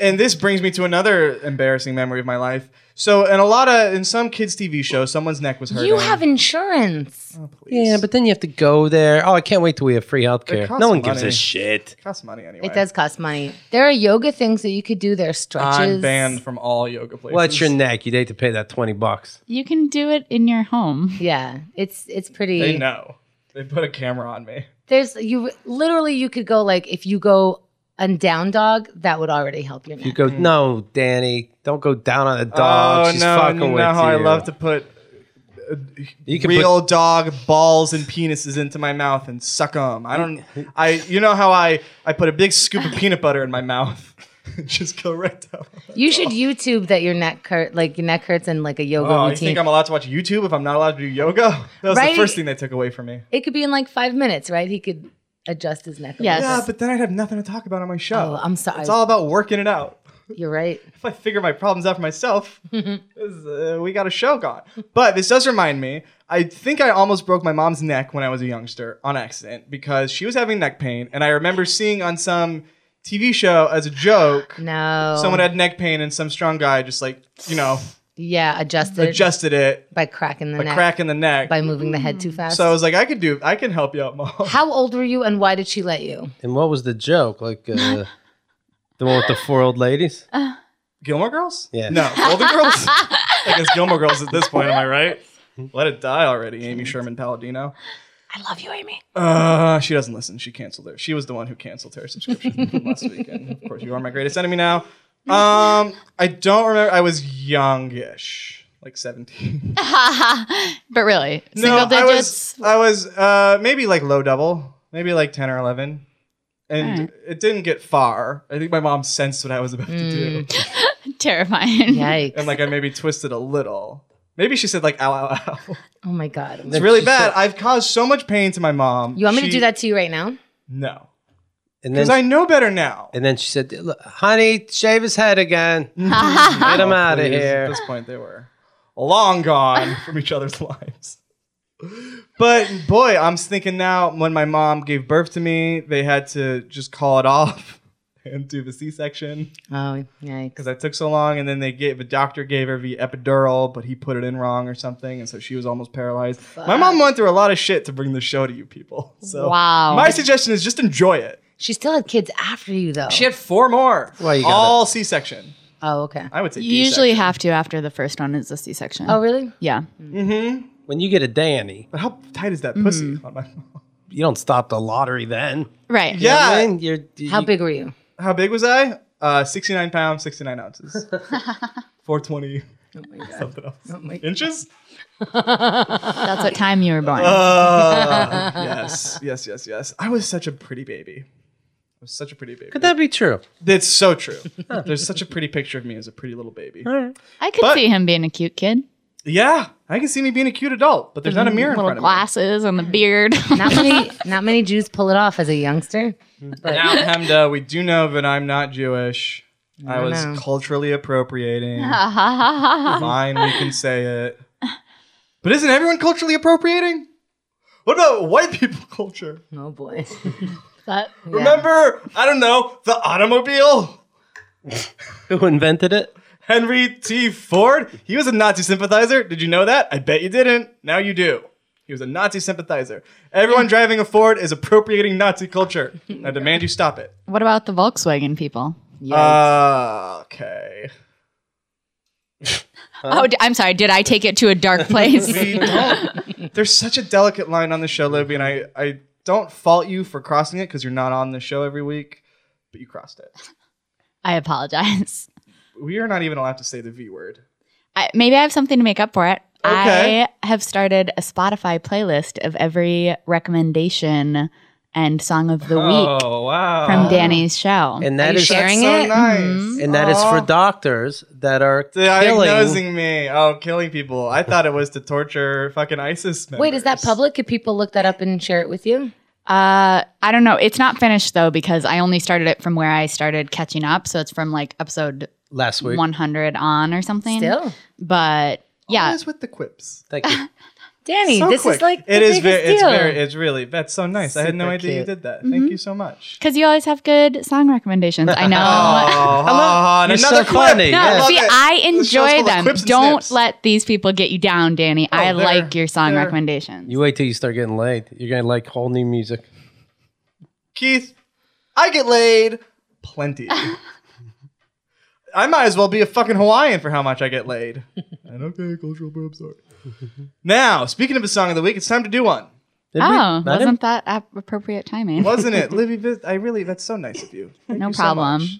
And this brings me to another embarrassing memory of my life. So, in a lot of, in some kids' TV show, someone's neck was hurting. You have insurance. Oh, please. yeah, but then you have to go there. Oh, I can't wait till we have free healthcare. It costs No one gives money. a shit. It costs money anyway. It does cost money. There are yoga things that you could do. There are stretches. I'm banned from all yoga places. Well, it's your neck. You'd hate to pay that twenty bucks. You can do it in your home. Yeah, it's it's pretty. They know. They put a camera on me. There's you literally you could go like if you go on down dog that would already help your neck. You go, Mm-hmm. no, Danny, don't go down on the dog. Oh, She's fucking Oh, you with know you. how I love to put you can real dog balls and penises into my mouth and suck them. I don't. I. You know how I I put a big scoop of peanut butter in my mouth, and just go right down. You should YouTube that your neck hurt like your neck hurts and like a yoga Oh, you routine. think I'm allowed to watch YouTube if I'm not allowed to do yoga? That was Right. the first thing they took away from me. it could be in like five minutes, right? He could adjust his neck. a Yes. Yeah, little but then I'd have nothing to talk about on my show. Oh, I'm sorry. It's all about working it out. bit. You're right. If I figure my problems out for myself, this is, uh, we got a show gone. But this does remind me, I think I almost broke my mom's neck when I was a youngster on accident because she was having neck pain. And I remember seeing on some TV show as a joke, No. someone had neck pain and some strong guy just like, you know, yeah adjusted adjusted it by cracking the by neck cracking the neck. by moving the head too fast. So I was like, I could do, I can help you out, mom. how old were you and why did she let you? And what was the joke? Like uh, the one with the four old ladies? Gilmore Girls? Yeah. No, Golden Girls. I guess Gilmore Girls at this point. Am I right? Let it die already, Amy Sherman Palladino. I love you, Amy. Uh, she doesn't listen. She canceled her. She was the one who canceled her subscription from last weekend. Of course, you are my greatest enemy now. Um, I don't remember. I was youngish, like seventeen. but really, no, single I digits. was. I was uh maybe like low double, maybe like ten or eleven. And Alright. it didn't get far. I think my mom sensed what I was about to do. Mm. terrifying. Yikes. and like I maybe twisted a little. Maybe she said like ow ow ow. oh my god. It's really bad. I've caused so much pain to my mom. You want me to She- do that to you right now? No, And because then, I know better now. and then she said, "Look, "Honey, shave his head again. Get him Oh, out of please. At here." this point, they were long gone from each other's lives. But boy, I'm thinking now when my mom gave birth to me, they had to just call it off and do the C-section Oh, yikes. because I took so long. And then they gave the doctor gave her the epidural, but he put it in wrong or something, and so she was almost paralyzed. My mom went through a lot of shit to bring this show to you people. So Wow. my suggestion is just enjoy it. She still had kids after you though. She had four more. Well, you gotta- All C section. oh, okay. I would say you usually D-section. have to after the first one is a C-section. Oh, really? yeah. When you get a Danny, But how tight is that pussy Mm-hmm. on my? you don't stop the lottery then. Right. You know what I Yeah. mean? You're, you- How big were you? How big was I? Uh, sixty nine pounds, sixty nine ounces, four twenty Oh my god. something else. my God. Inches? That's what time you were born. Uh, yes, yes, yes, yes. I was such a pretty baby. was such a pretty baby. Could that be true? That's so true. There's such a pretty picture of me as a pretty little baby. I could But- see him being a cute kid. Yeah, I can see me being a cute adult, but there's not a mirror in Little front of glasses and the beard. Not many, not many Jews pull it off as a youngster. me. Now, Hemda, we do know that I'm not Jewish. I don't was know. culturally appropriating. Fine, we can say it. But isn't everyone culturally appropriating? What about white people culture? Oh boy. But Remember, I don't know, the automobile? Who invented it? Henry T. Ford? He was a Nazi sympathizer. Did you know that? I bet you didn't. Now you do. He was a Nazi sympathizer. Everyone driving a Ford is appropriating Nazi culture. I demand you stop it. what about the Volkswagen people? Uh, okay. Oh, d- I'm sorry. Did I take it to a dark place? We don't. There's such a delicate line on the show, Libby, and I, I don't fault you for crossing it because you're not on the show every week, but you crossed it. I apologize. We are not even allowed to say the V word. I, maybe I have something to make up for it. Okay. I have started a Spotify playlist of every recommendation and song of Oh. the week Oh, wow. from Mm-hmm. Danny's show. And Are that you is sharing so it? nice. and that is Aw. for doctors that are killing. Oh. Diagnosing me. Oh, killing people. I thought it was to torture fucking ISIS members. Wait, is that public? Could people look that up and share it with you? Uh, I don't know. It's not finished though because I only started it from where I started catching up. So it's from like episode Last week, 100 on or something. Still, But yeah, Always with the quips. thank you. Danny, So this quick. is like the it is very biggest it's deal. Mm-hmm. very it's really that's so nice. I had no Super idea you cute. did that. Thank you so much. because you always have good song recommendations. I know. ha, ha, You're another so funny. clip. No, Yeah. Love see, it. I Oh, This show's full enjoy of them. quips and Don't snips. Oh, let these people get you down, Danny. I they're- like your song they're- recommendations. You wait till you start getting laid. You're gonna like whole new music. Keith, I get laid plenty. I might as well be a fucking Hawaiian for how much I get laid. and okay, cultural burp sorry. now, speaking of a song of the week, it's time to do one. Did we? oh, Madam? wasn't that ap- appropriate timing? Wasn't it? Livy, Vis- I really, that's so nice of you. Thank No you so problem. much.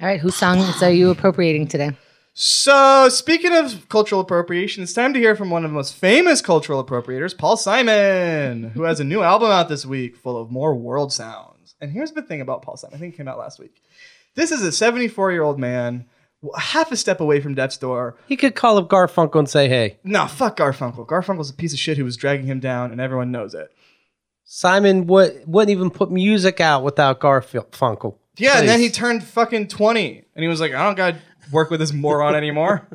All right, whose songs are you appropriating today? So, speaking of cultural appropriation, it's time to hear from one of the most famous cultural appropriators, Paul Simon, who has a new album out this week full of more world sounds. And here's the thing about Paul Simon, I think it came out last week. This is a 74 year old man, w- half a step away from death's door. He could call up Garfunkel and say, "Hey, No, fuck Garfunkel. Garfunkel's a piece of shit who was dragging him down, and everyone knows it. Simon would wouldn't even put music out without Garfunkel." Yeah, and then Please. he turned fucking 20 and he was like, I don't gotta work with this moron anymore.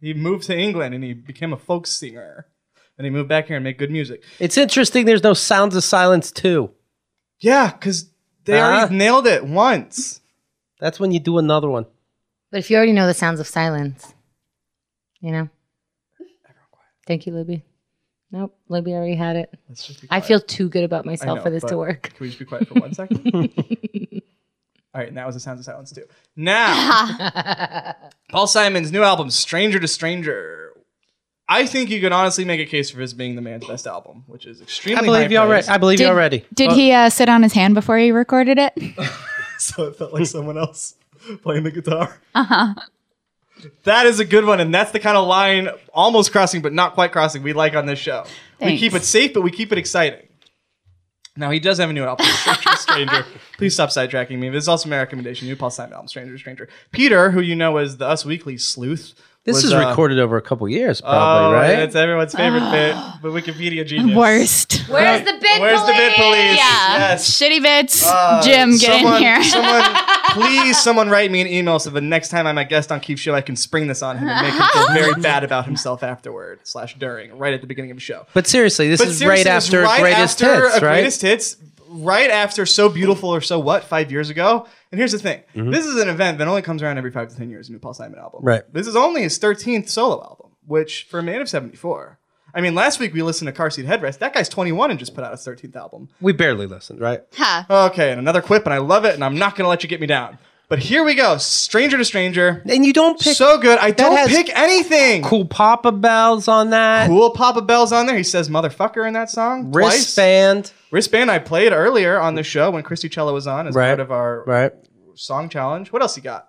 he moved to England and he became a folk singer. And he moved back here and made good music. It's interesting. There's no Sounds of Silence too. Yeah, because they already Huh? nailed it once. That's when you do another one. But if you already know the sounds of silence, you know. Thank you, Libby. Nope, Libby already had it. Let's just be I quiet. feel too good about I myself know, for this but to work. Can we just be quiet for one second? All right, and that was the sounds of silence too. Now, Paul Simon's new album, Stranger to Stranger. I think you could honestly make a case for this being the man's best album, which is extremely. I believe high you praise. already. I believe Did- you already. Oh. Did he uh, sit on his hand before he recorded it? so it felt like someone else playing the guitar. Uh-huh. That is a good one, and that's the kind of line almost crossing but not quite crossing we like on this show. We Thanks. keep it safe, but we keep it exciting. Now he does have a new album, Stranger, Stranger. Please stop sidetracking me. This is also my recommendation. New Paul Simon album, Stranger, Stranger. Peter, who you know as the Us Weekly sleuth, This was, is uh, recorded over a couple years, Oh, probably, right? It's everyone's favorite bit, but Wikipedia genius. Worst. Where's the bit? Where's the bit police? Yes. Shitty bits. Jim, Uh, get someone, in here. someone, please, someone write me an email so the next time I'm a guest on Keith's show, I can spring this on him and make him feel very bad about himself afterward slash during, right at the beginning of the show. But seriously, this But is seriously, right it was after right greatest after hits, a right? Greatest hits, right after So Beautiful or So What five years ago. And here's the thing: this is an event that only comes around every five to ten years. A new Paul Simon album. Mm-hmm. Right. This is only his thirteenth solo album, which for a man of seventy four. I mean, last week we listened to Car Seat Headrest. That guy's 21 and just put out his 13th album. we barely listened, right? Ha. Okay, and another quip, and I love it, and I'm not gonna let you get me down. But here we go, Stranger to Stranger. And you don't pick so good. I don't has- pick anything. Cool. cool Papa Bells on that Papa Bell's on there. He says motherfucker in that song. twice. wristband, Wristband I played earlier on the show when Christy Cello was on as Right. part of our right? song challenge. What else you got?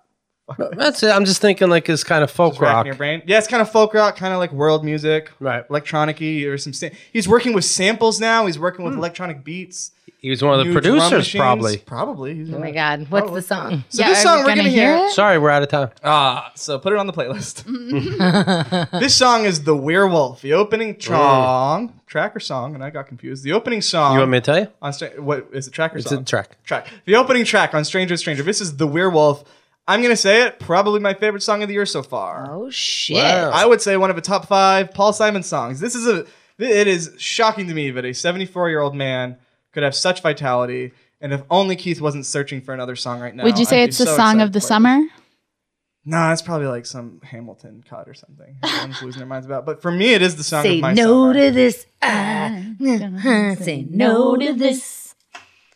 fuck. That's it. I'm just thinking like it's kind of folk Rock rock. in your brain. Yeah, it's kind of folk rock, kind of like world music, Right. Electronicy or some. Sam- he's working with samples now. He's working Hmm. with electronic beats. He was one of the new drum producers, machines. probably. Probably. He's Oh my God. What's the song? So this song we're gonna, hear. it? Sorry, we're out of time. Ah, so put it on the playlist. this song is the Werewolf, the opening song, track or song, and I got confused. The opening song. You want me to tell you? on Stra- what is it? Track or It's song? a track. track. The opening track on Stranger Stranger. This is the Werewolf. I'm gonna say it. Probably my favorite song of the year so far. Oh, shit. Wow. I would say one of the top five Paul Simon songs. This is a. It is shocking to me that a 74 year old man could have such vitality. And if only Keith wasn't searching for another song right now. Would you say I'd be it's the so song excited of the for it. summer? No, that's probably like some Hamilton cut or something. Everyone's losing their minds about. But for me, it is the song Say of my no summer. to this. Uh, say no to this.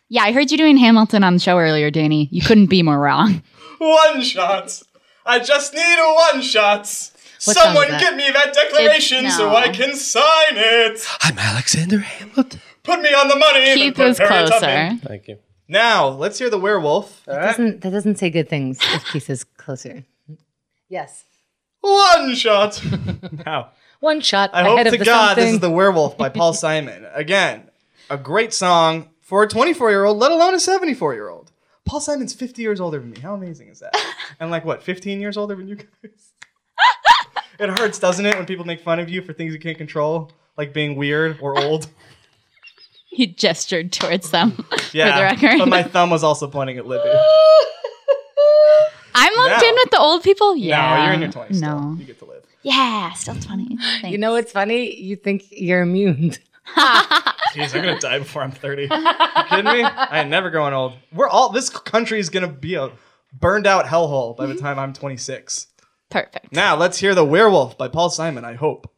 Yeah, I heard you doing Hamilton on the show earlier, Danny. You couldn't be more wrong. one shots. I just need a one shots. What song is that? me that It's- no. can sign it. I'm Alexander Hamilton. Put me on the money. and Keith put was her in closer. something. Thank you. Now let's hear the werewolf. Doesn't, that doesn't say good things if Keith is closer. Yes. One shot. now One shot I ahead hope of to the God something. this is the werewolf by Paul Simon. Again, a great song for a 24 year old, let alone a 74 year old. Paul Simon's 50 years older than me. How amazing is that? and like what, 15 years older than you guys? it hurts, doesn't it, when people make fun of you for things you can't control, like being weird or old? He gestured towards them Yeah. for the But record. my thumb was also pointing at Libby. I'm lumped No. in with the old people. Yeah. No, you're in your 20s. No. Still. You get to live. Yeah, still 20. you know what's funny? You think you're immune. Jeez, I'm gonna die before I'm 30. you kidding me? I ain't never growing old. We're all this country is gonna be a burned out hellhole by Mm-hmm. the time I'm 26. Perfect. Now let's hear the Werewolf by Paul Simon. I hope.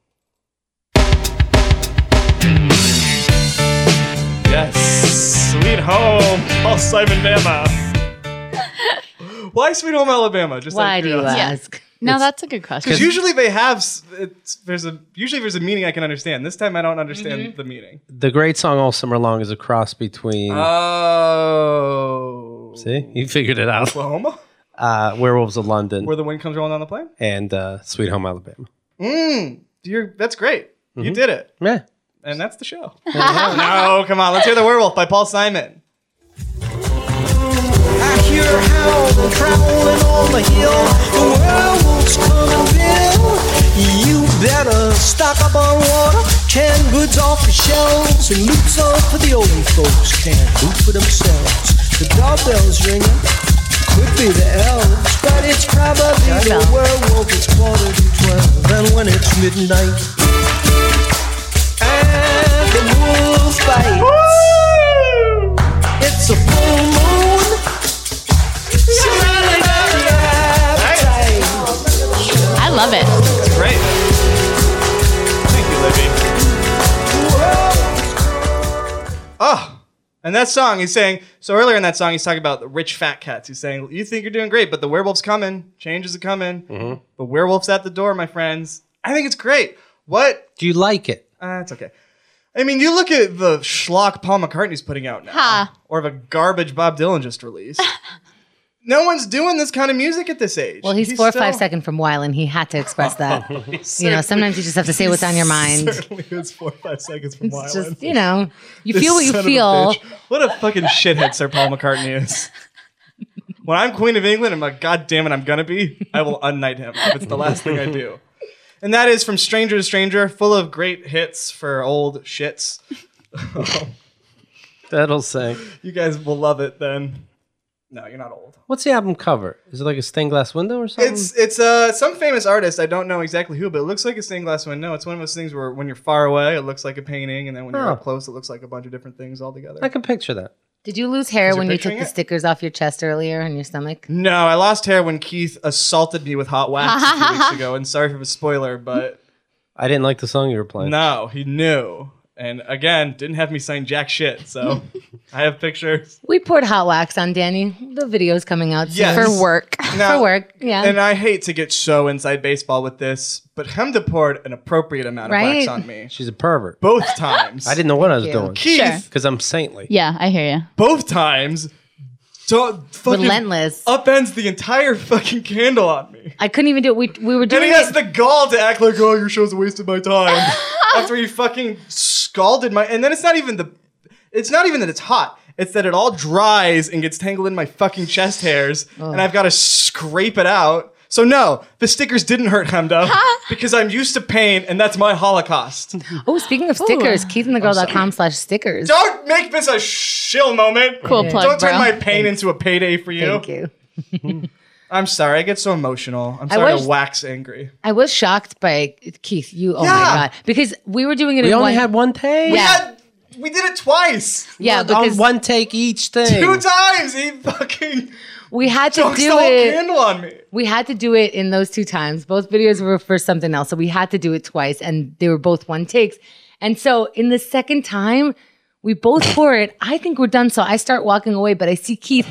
Yes, sweet home, Paul Simon Bama. Why Sweet Home Alabama? Just Why out of do you curiosity. ask? No, that's a good question. Because usually they have s- it's, there's a usually there's a meaning I can understand. This time I don't understand Mm-hmm. the meaning. The great song all summer long is a cross between. Oh, see, you figured it out. Oklahoma, Uh, Werewolves of London where the wind comes rolling down the plain. and uh, Sweet Home Alabama. Mm, you're, that's great. You did it, Yeah. and that's the show. no, come on, let's hear the Werewolf by Paul Simon. I hear a howl prowling on the hill. The werewolf's gonna bill. You better stock up on water, can goods off the shelves, and loops on for the old folks can do for themselves. The doorbell's ringing. Could be the elves, but it's probably the werewolf. It's quarter to twelve, and when it's midnight, and the wolf bites. It's a full moon. Smelling of the appetite. I love it. Great. Thank you, Libby. Oh, and that song he's saying. So earlier in that song, he's talking about the rich fat cats. He's saying, "You think you're doing great, but the werewolf's coming. Change is coming. The werewolf's at the door, my friends." I think it's great. What Do you like it? Uh, it's okay. I mean, you look at the schlock Paul McCartney's putting out now, Ha. or the garbage Bob Dylan just released. no one's doing this kind of music at this age. Well, he's, four or five still- seconds from Wyland. He had to express that. you know, sometimes you just have to say what's on your mind. Certainly, is four or five seconds from It's Wild. just, you know, you feel what you feel. What a fucking shithead Sir Paul McCartney is. when I'm Queen of England, I'm like, God damn it, I'm gonna be. I will unknight him if it's the last thing I do. And that is from Stranger to Stranger, full of great hits for old shits. That'll sing. You guys will love it then. No, you're not old. What's the album cover? Is it like a stained glass window or something? It's it's uh some famous artist. I don't know exactly who, but it looks like a stained glass window. It's one of those things where when you're far away, it looks like a painting, and then when you're Huh. up close, it looks like a bunch of different things all together. I can picture that. Did you lose hair you're when you took picturing the it? stickers off your chest earlier and your stomach? No, I lost hair when Keith assaulted me with hot wax a few weeks ago. And sorry for the spoiler, but I didn't like the song you were playing. no, he knew. And again, didn't have me sign jack shit. So I have pictures. We poured hot wax on Danny. The video's coming out soon. Yes. For, For work. Now- for work. Yeah. And I hate to get so inside baseball with this, but Hemda poured an appropriate amount of wax Right? on me She's a pervert. both times. I didn't know what I was you. doing. Keith Sure. Because I'm saintly. Yeah, I hear you. both times to- fucking Relentless. upends the entire fucking candle on me. I couldn't even do it. We, we were And doing he has it. the gall to act like, oh, your show's a waste of my time. After he fucking scalded my. And then it's not even the. It's not even that it's hot. It's that it all dries and gets tangled in my fucking chest hairs, and I've got to scrape it out. So no, the stickers didn't hurt Hemda because I'm used to pain, and that's my holocaust. oh, speaking of stickers, keithandthegirl.com slash stickers. Don't make this a shill moment. Cool plug, Don't turn bro. my pain into a payday for you. Thank you. I'm sorry. I get so emotional. I'm I sorry was- to wax angry. I was shocked by Keith. You, oh Yeah. my God. Because we were doing it We in only one. had one take. Yeah. God, we did it twice. yeah, on because one take each thing. Two times. He fucking we had to dunked the do whole it. candle on me. We had to do it in those two times. Both videos were for something else. So we had to do it twice and they were both one takes. And so in the second time, we both pour it. I think we're done. So I start walking away, but I see Keith.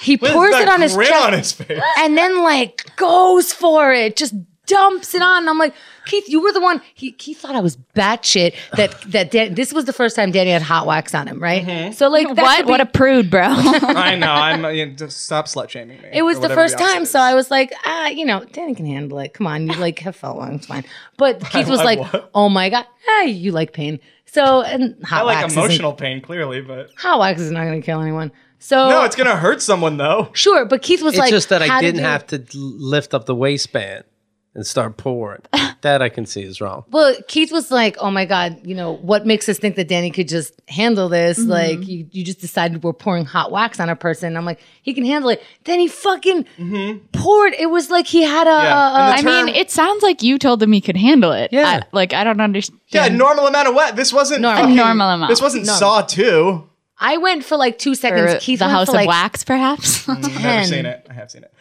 He pours That it on his grin chest on his face. and then like goes for it, just dumps it on. And I'm like, Keith, you were the one. He Keith thought I was batshit. That that Dan, this was the first time Danny had hot wax on him, right? So like that What? could be- What a prude, bro. I know. I'm. You know, just stop slut shaming me. It was or the whatever first else time, it is. so I was like, ah, you know, Danny can handle it. Come on, you like have felt long, it's fine. But Keith was I like, what? oh my god, ah, you like pain. So and hot I like wax isn't- emotional pain, clearly, but Hot wax is not going to kill anyone. So no, it's gonna hurt someone though. sure, but Keith was It's like, just that I how did didn't you- have to l- lift up the waistband and start pouring. that I can see is wrong. Well, Keith was like, "Oh my god, you know what makes us think that Danny could just handle this? Mm-hmm. Like, you, you just decided we're pouring hot wax on a person." I'm like, "He can handle it." Then he fucking poured. It was like he had a. Mm-hmm. Yeah, and a- the I mean, term- it sounds like you told them he could handle it. Yeah. I- like I don't understand. Yeah, normal amount of wet. This wasn't Normal. fucking- A normal amount. This wasn't Saw Two. I went for like two seconds. Or Keith the went House for of like, Mm. Wax, perhaps. I've never 10. seen it. I have seen it.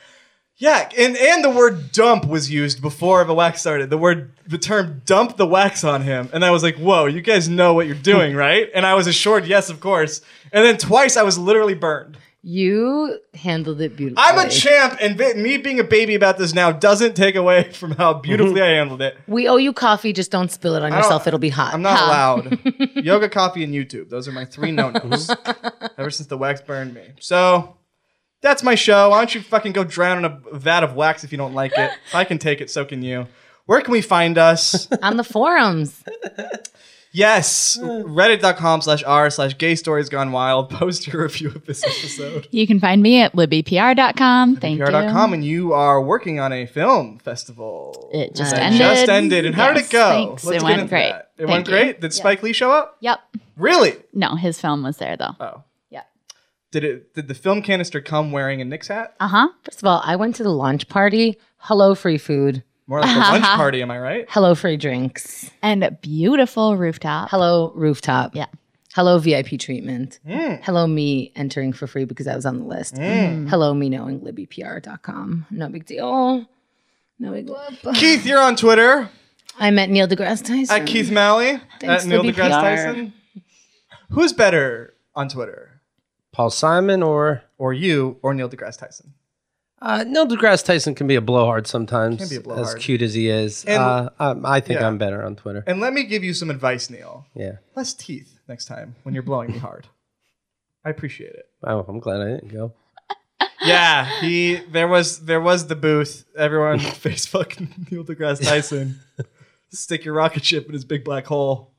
Yeah, and and the word dump was used before the wax started. The word the term dump the wax on him, and I was like, whoa, you guys know what you're doing, right? And I was assured, yes, of course. And then twice I was literally burned. You handled it beautifully. I'm a champ, and ba- me being a baby about this now doesn't take away from how beautifully I handled it. we owe you coffee. Just don't spill it on don't- yourself. It'll be hot. I'm not Huh. allowed. Yoga, coffee, and YouTube. Those are my three no nos. Ever since the wax burned me. So that's my show. Why don't you fucking go drown in a vat of wax if you don't like it? If I can take it, so can you. Where can we find us? on the forums. yes, reddit.com slash r slash gay stories gone wild. Post your review of this episode. you can find me at libbypr.com. Thank PR.com, you. and you are working on a film festival. It just That ended. Just ended. And how did Yes, it go? Thanks. Let's it get went into great. that. It Thank went you. great. Did Spike Lee show up? Yep. Really? No, his film was there though. Oh. Yeah. Did it? Did the film canister come wearing a Knicks hat? Uh huh. First of all, I went to the launch party. Hello, free food. More like a lunch party, am I right? Hello, free drinks. And a beautiful rooftop. Hello, rooftop. Yeah. Hello, VIP treatment. Mm. Hello, me entering for free because I was on the list. Mm-hmm. Hello, me knowing libbypr.com. No big deal. No big Keith, you're on Twitter I met Neil deGrasse Tyson. at Keith Malley Thanks, at Neil Libby deGrasse PR. Tyson. Who's better on Twitter, Paul Simon or or you, or Neil deGrasse Tyson? uh, Neil deGrasse Tyson can be a blowhard sometimes. Can be a As blowhard. cute as he is, And- uh, um, I think yeah. I'm better on Twitter. And let me give you some advice, Neil. Yeah. Less teeth next time when you're blowing me hard. I appreciate it. Oh, I'm glad I didn't go. Yeah, he there was there was the booth. Everyone Facebook Neil deGrasse Tyson. Stick your rocket ship in his big black hole.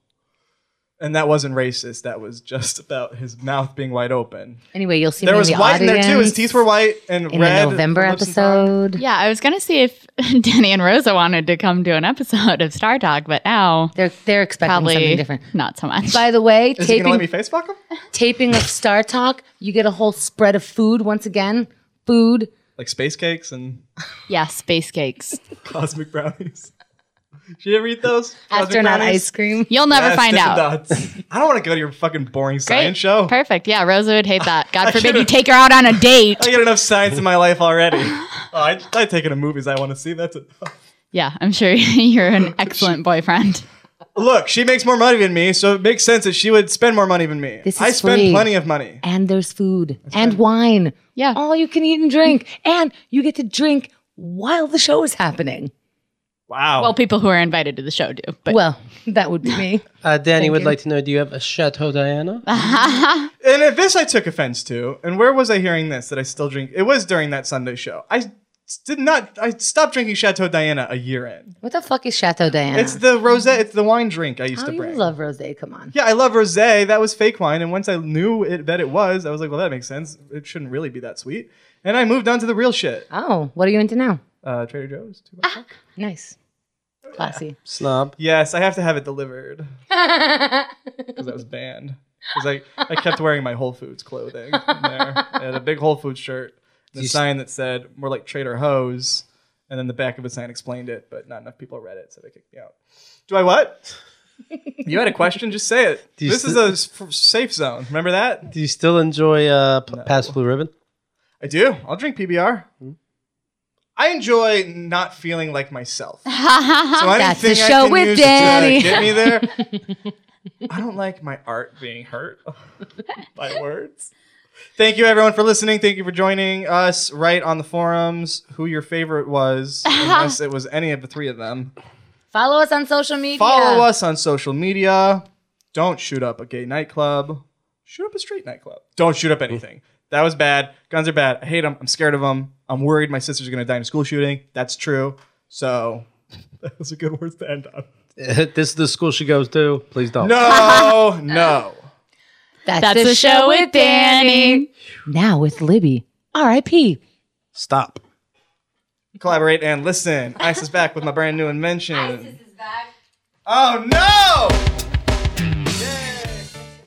And that wasn't racist. That was just about his mouth being wide open. Anyway, you'll see There me was in the white in there too. His audience teeth were white and in red. the November from lips and tongue. episode. Yeah, I was gonna see if Danny and Rosa wanted to come to an episode of Star Talk, but now They're they're expecting probably something different. not so much. By the way, Is he gonna let taping me face fuck him? taping of Star Talk, you get a whole spread of food once again. Food. Like space cakes and yeah, space cakes. cosmic brownies. Did you ever eat those? Cosmic Astronaut brownies? ice cream. You'll never Yes, find Dippin' out. Dots. I don't want to go to your fucking boring Great. science show. Perfect. Yeah, Rosa would hate that. God forbid should've- you take her out on a date. I get enough science in my life already. Oh, I, I take it to movies I want to see. That's it. Yeah, I'm sure you're an excellent boyfriend. Look, she makes more money than me, so it makes sense that she would spend more money than me. This is I spend free. plenty of money. and there's food and wine. Yeah. All you can eat and drink. And you get to drink while the show is happening. Wow. Well, people who are invited to the show do. But Well, that would be me. Uh, Danny would you. like to know: Do you have a Chateau Diana? and at this I took offense to. And where was I hearing this that I still drink? It was during that Sunday show. I s- did not. I stopped drinking Chateau Diana a year in. What the fuck is Chateau Diana? It's the rosé. It's the wine drink I used How to do bring. you love rosé? Come on. yeah, I love rosé. That was fake wine, and once I knew it, that it was, I was like, well, that makes sense. It shouldn't really be that sweet. And I moved on to the real shit. Oh, what are you into now? Uh, Trader Joe's. Two bucks. Nice, classy. Snob. Yes, I have to have it delivered because I was banned. Because I, I kept wearing my Whole Foods clothing in there. I had a big Whole Foods shirt, and a You s- sign that said more like Trader Hose, and then the back of the sign explained it, but not enough people read it, so they kicked me out. Do I what? you had a question? Just say it. you This is a s- f- safe zone. Remember that? Do you still enjoy uh, p- Past Blue Ribbon? I do. I'll drink PBR. I enjoy not feeling like myself. so That's anything the I show can with use To Danny. get me there. I don't like my art being hurt by words. Thank you, everyone, for listening. Thank you for joining us. Write on the forums who your favorite was, unless it was any of the three of them. Follow us on social media. Follow us on social media. Don't shoot up a gay nightclub. Shoot up a straight nightclub. Don't shoot up anything. That was bad. Guns are bad. I hate them. I'm scared of them. I'm worried my sister's going to die in a school shooting. That's true. So that was a good word to end on. this is the school she goes to. Please don't. No, no. That's, that's the show with Danny. Now with Libby. R.I.P. Stop. Collaborate and listen. Ice is back with my brand new invention. Isis is back. Oh, no.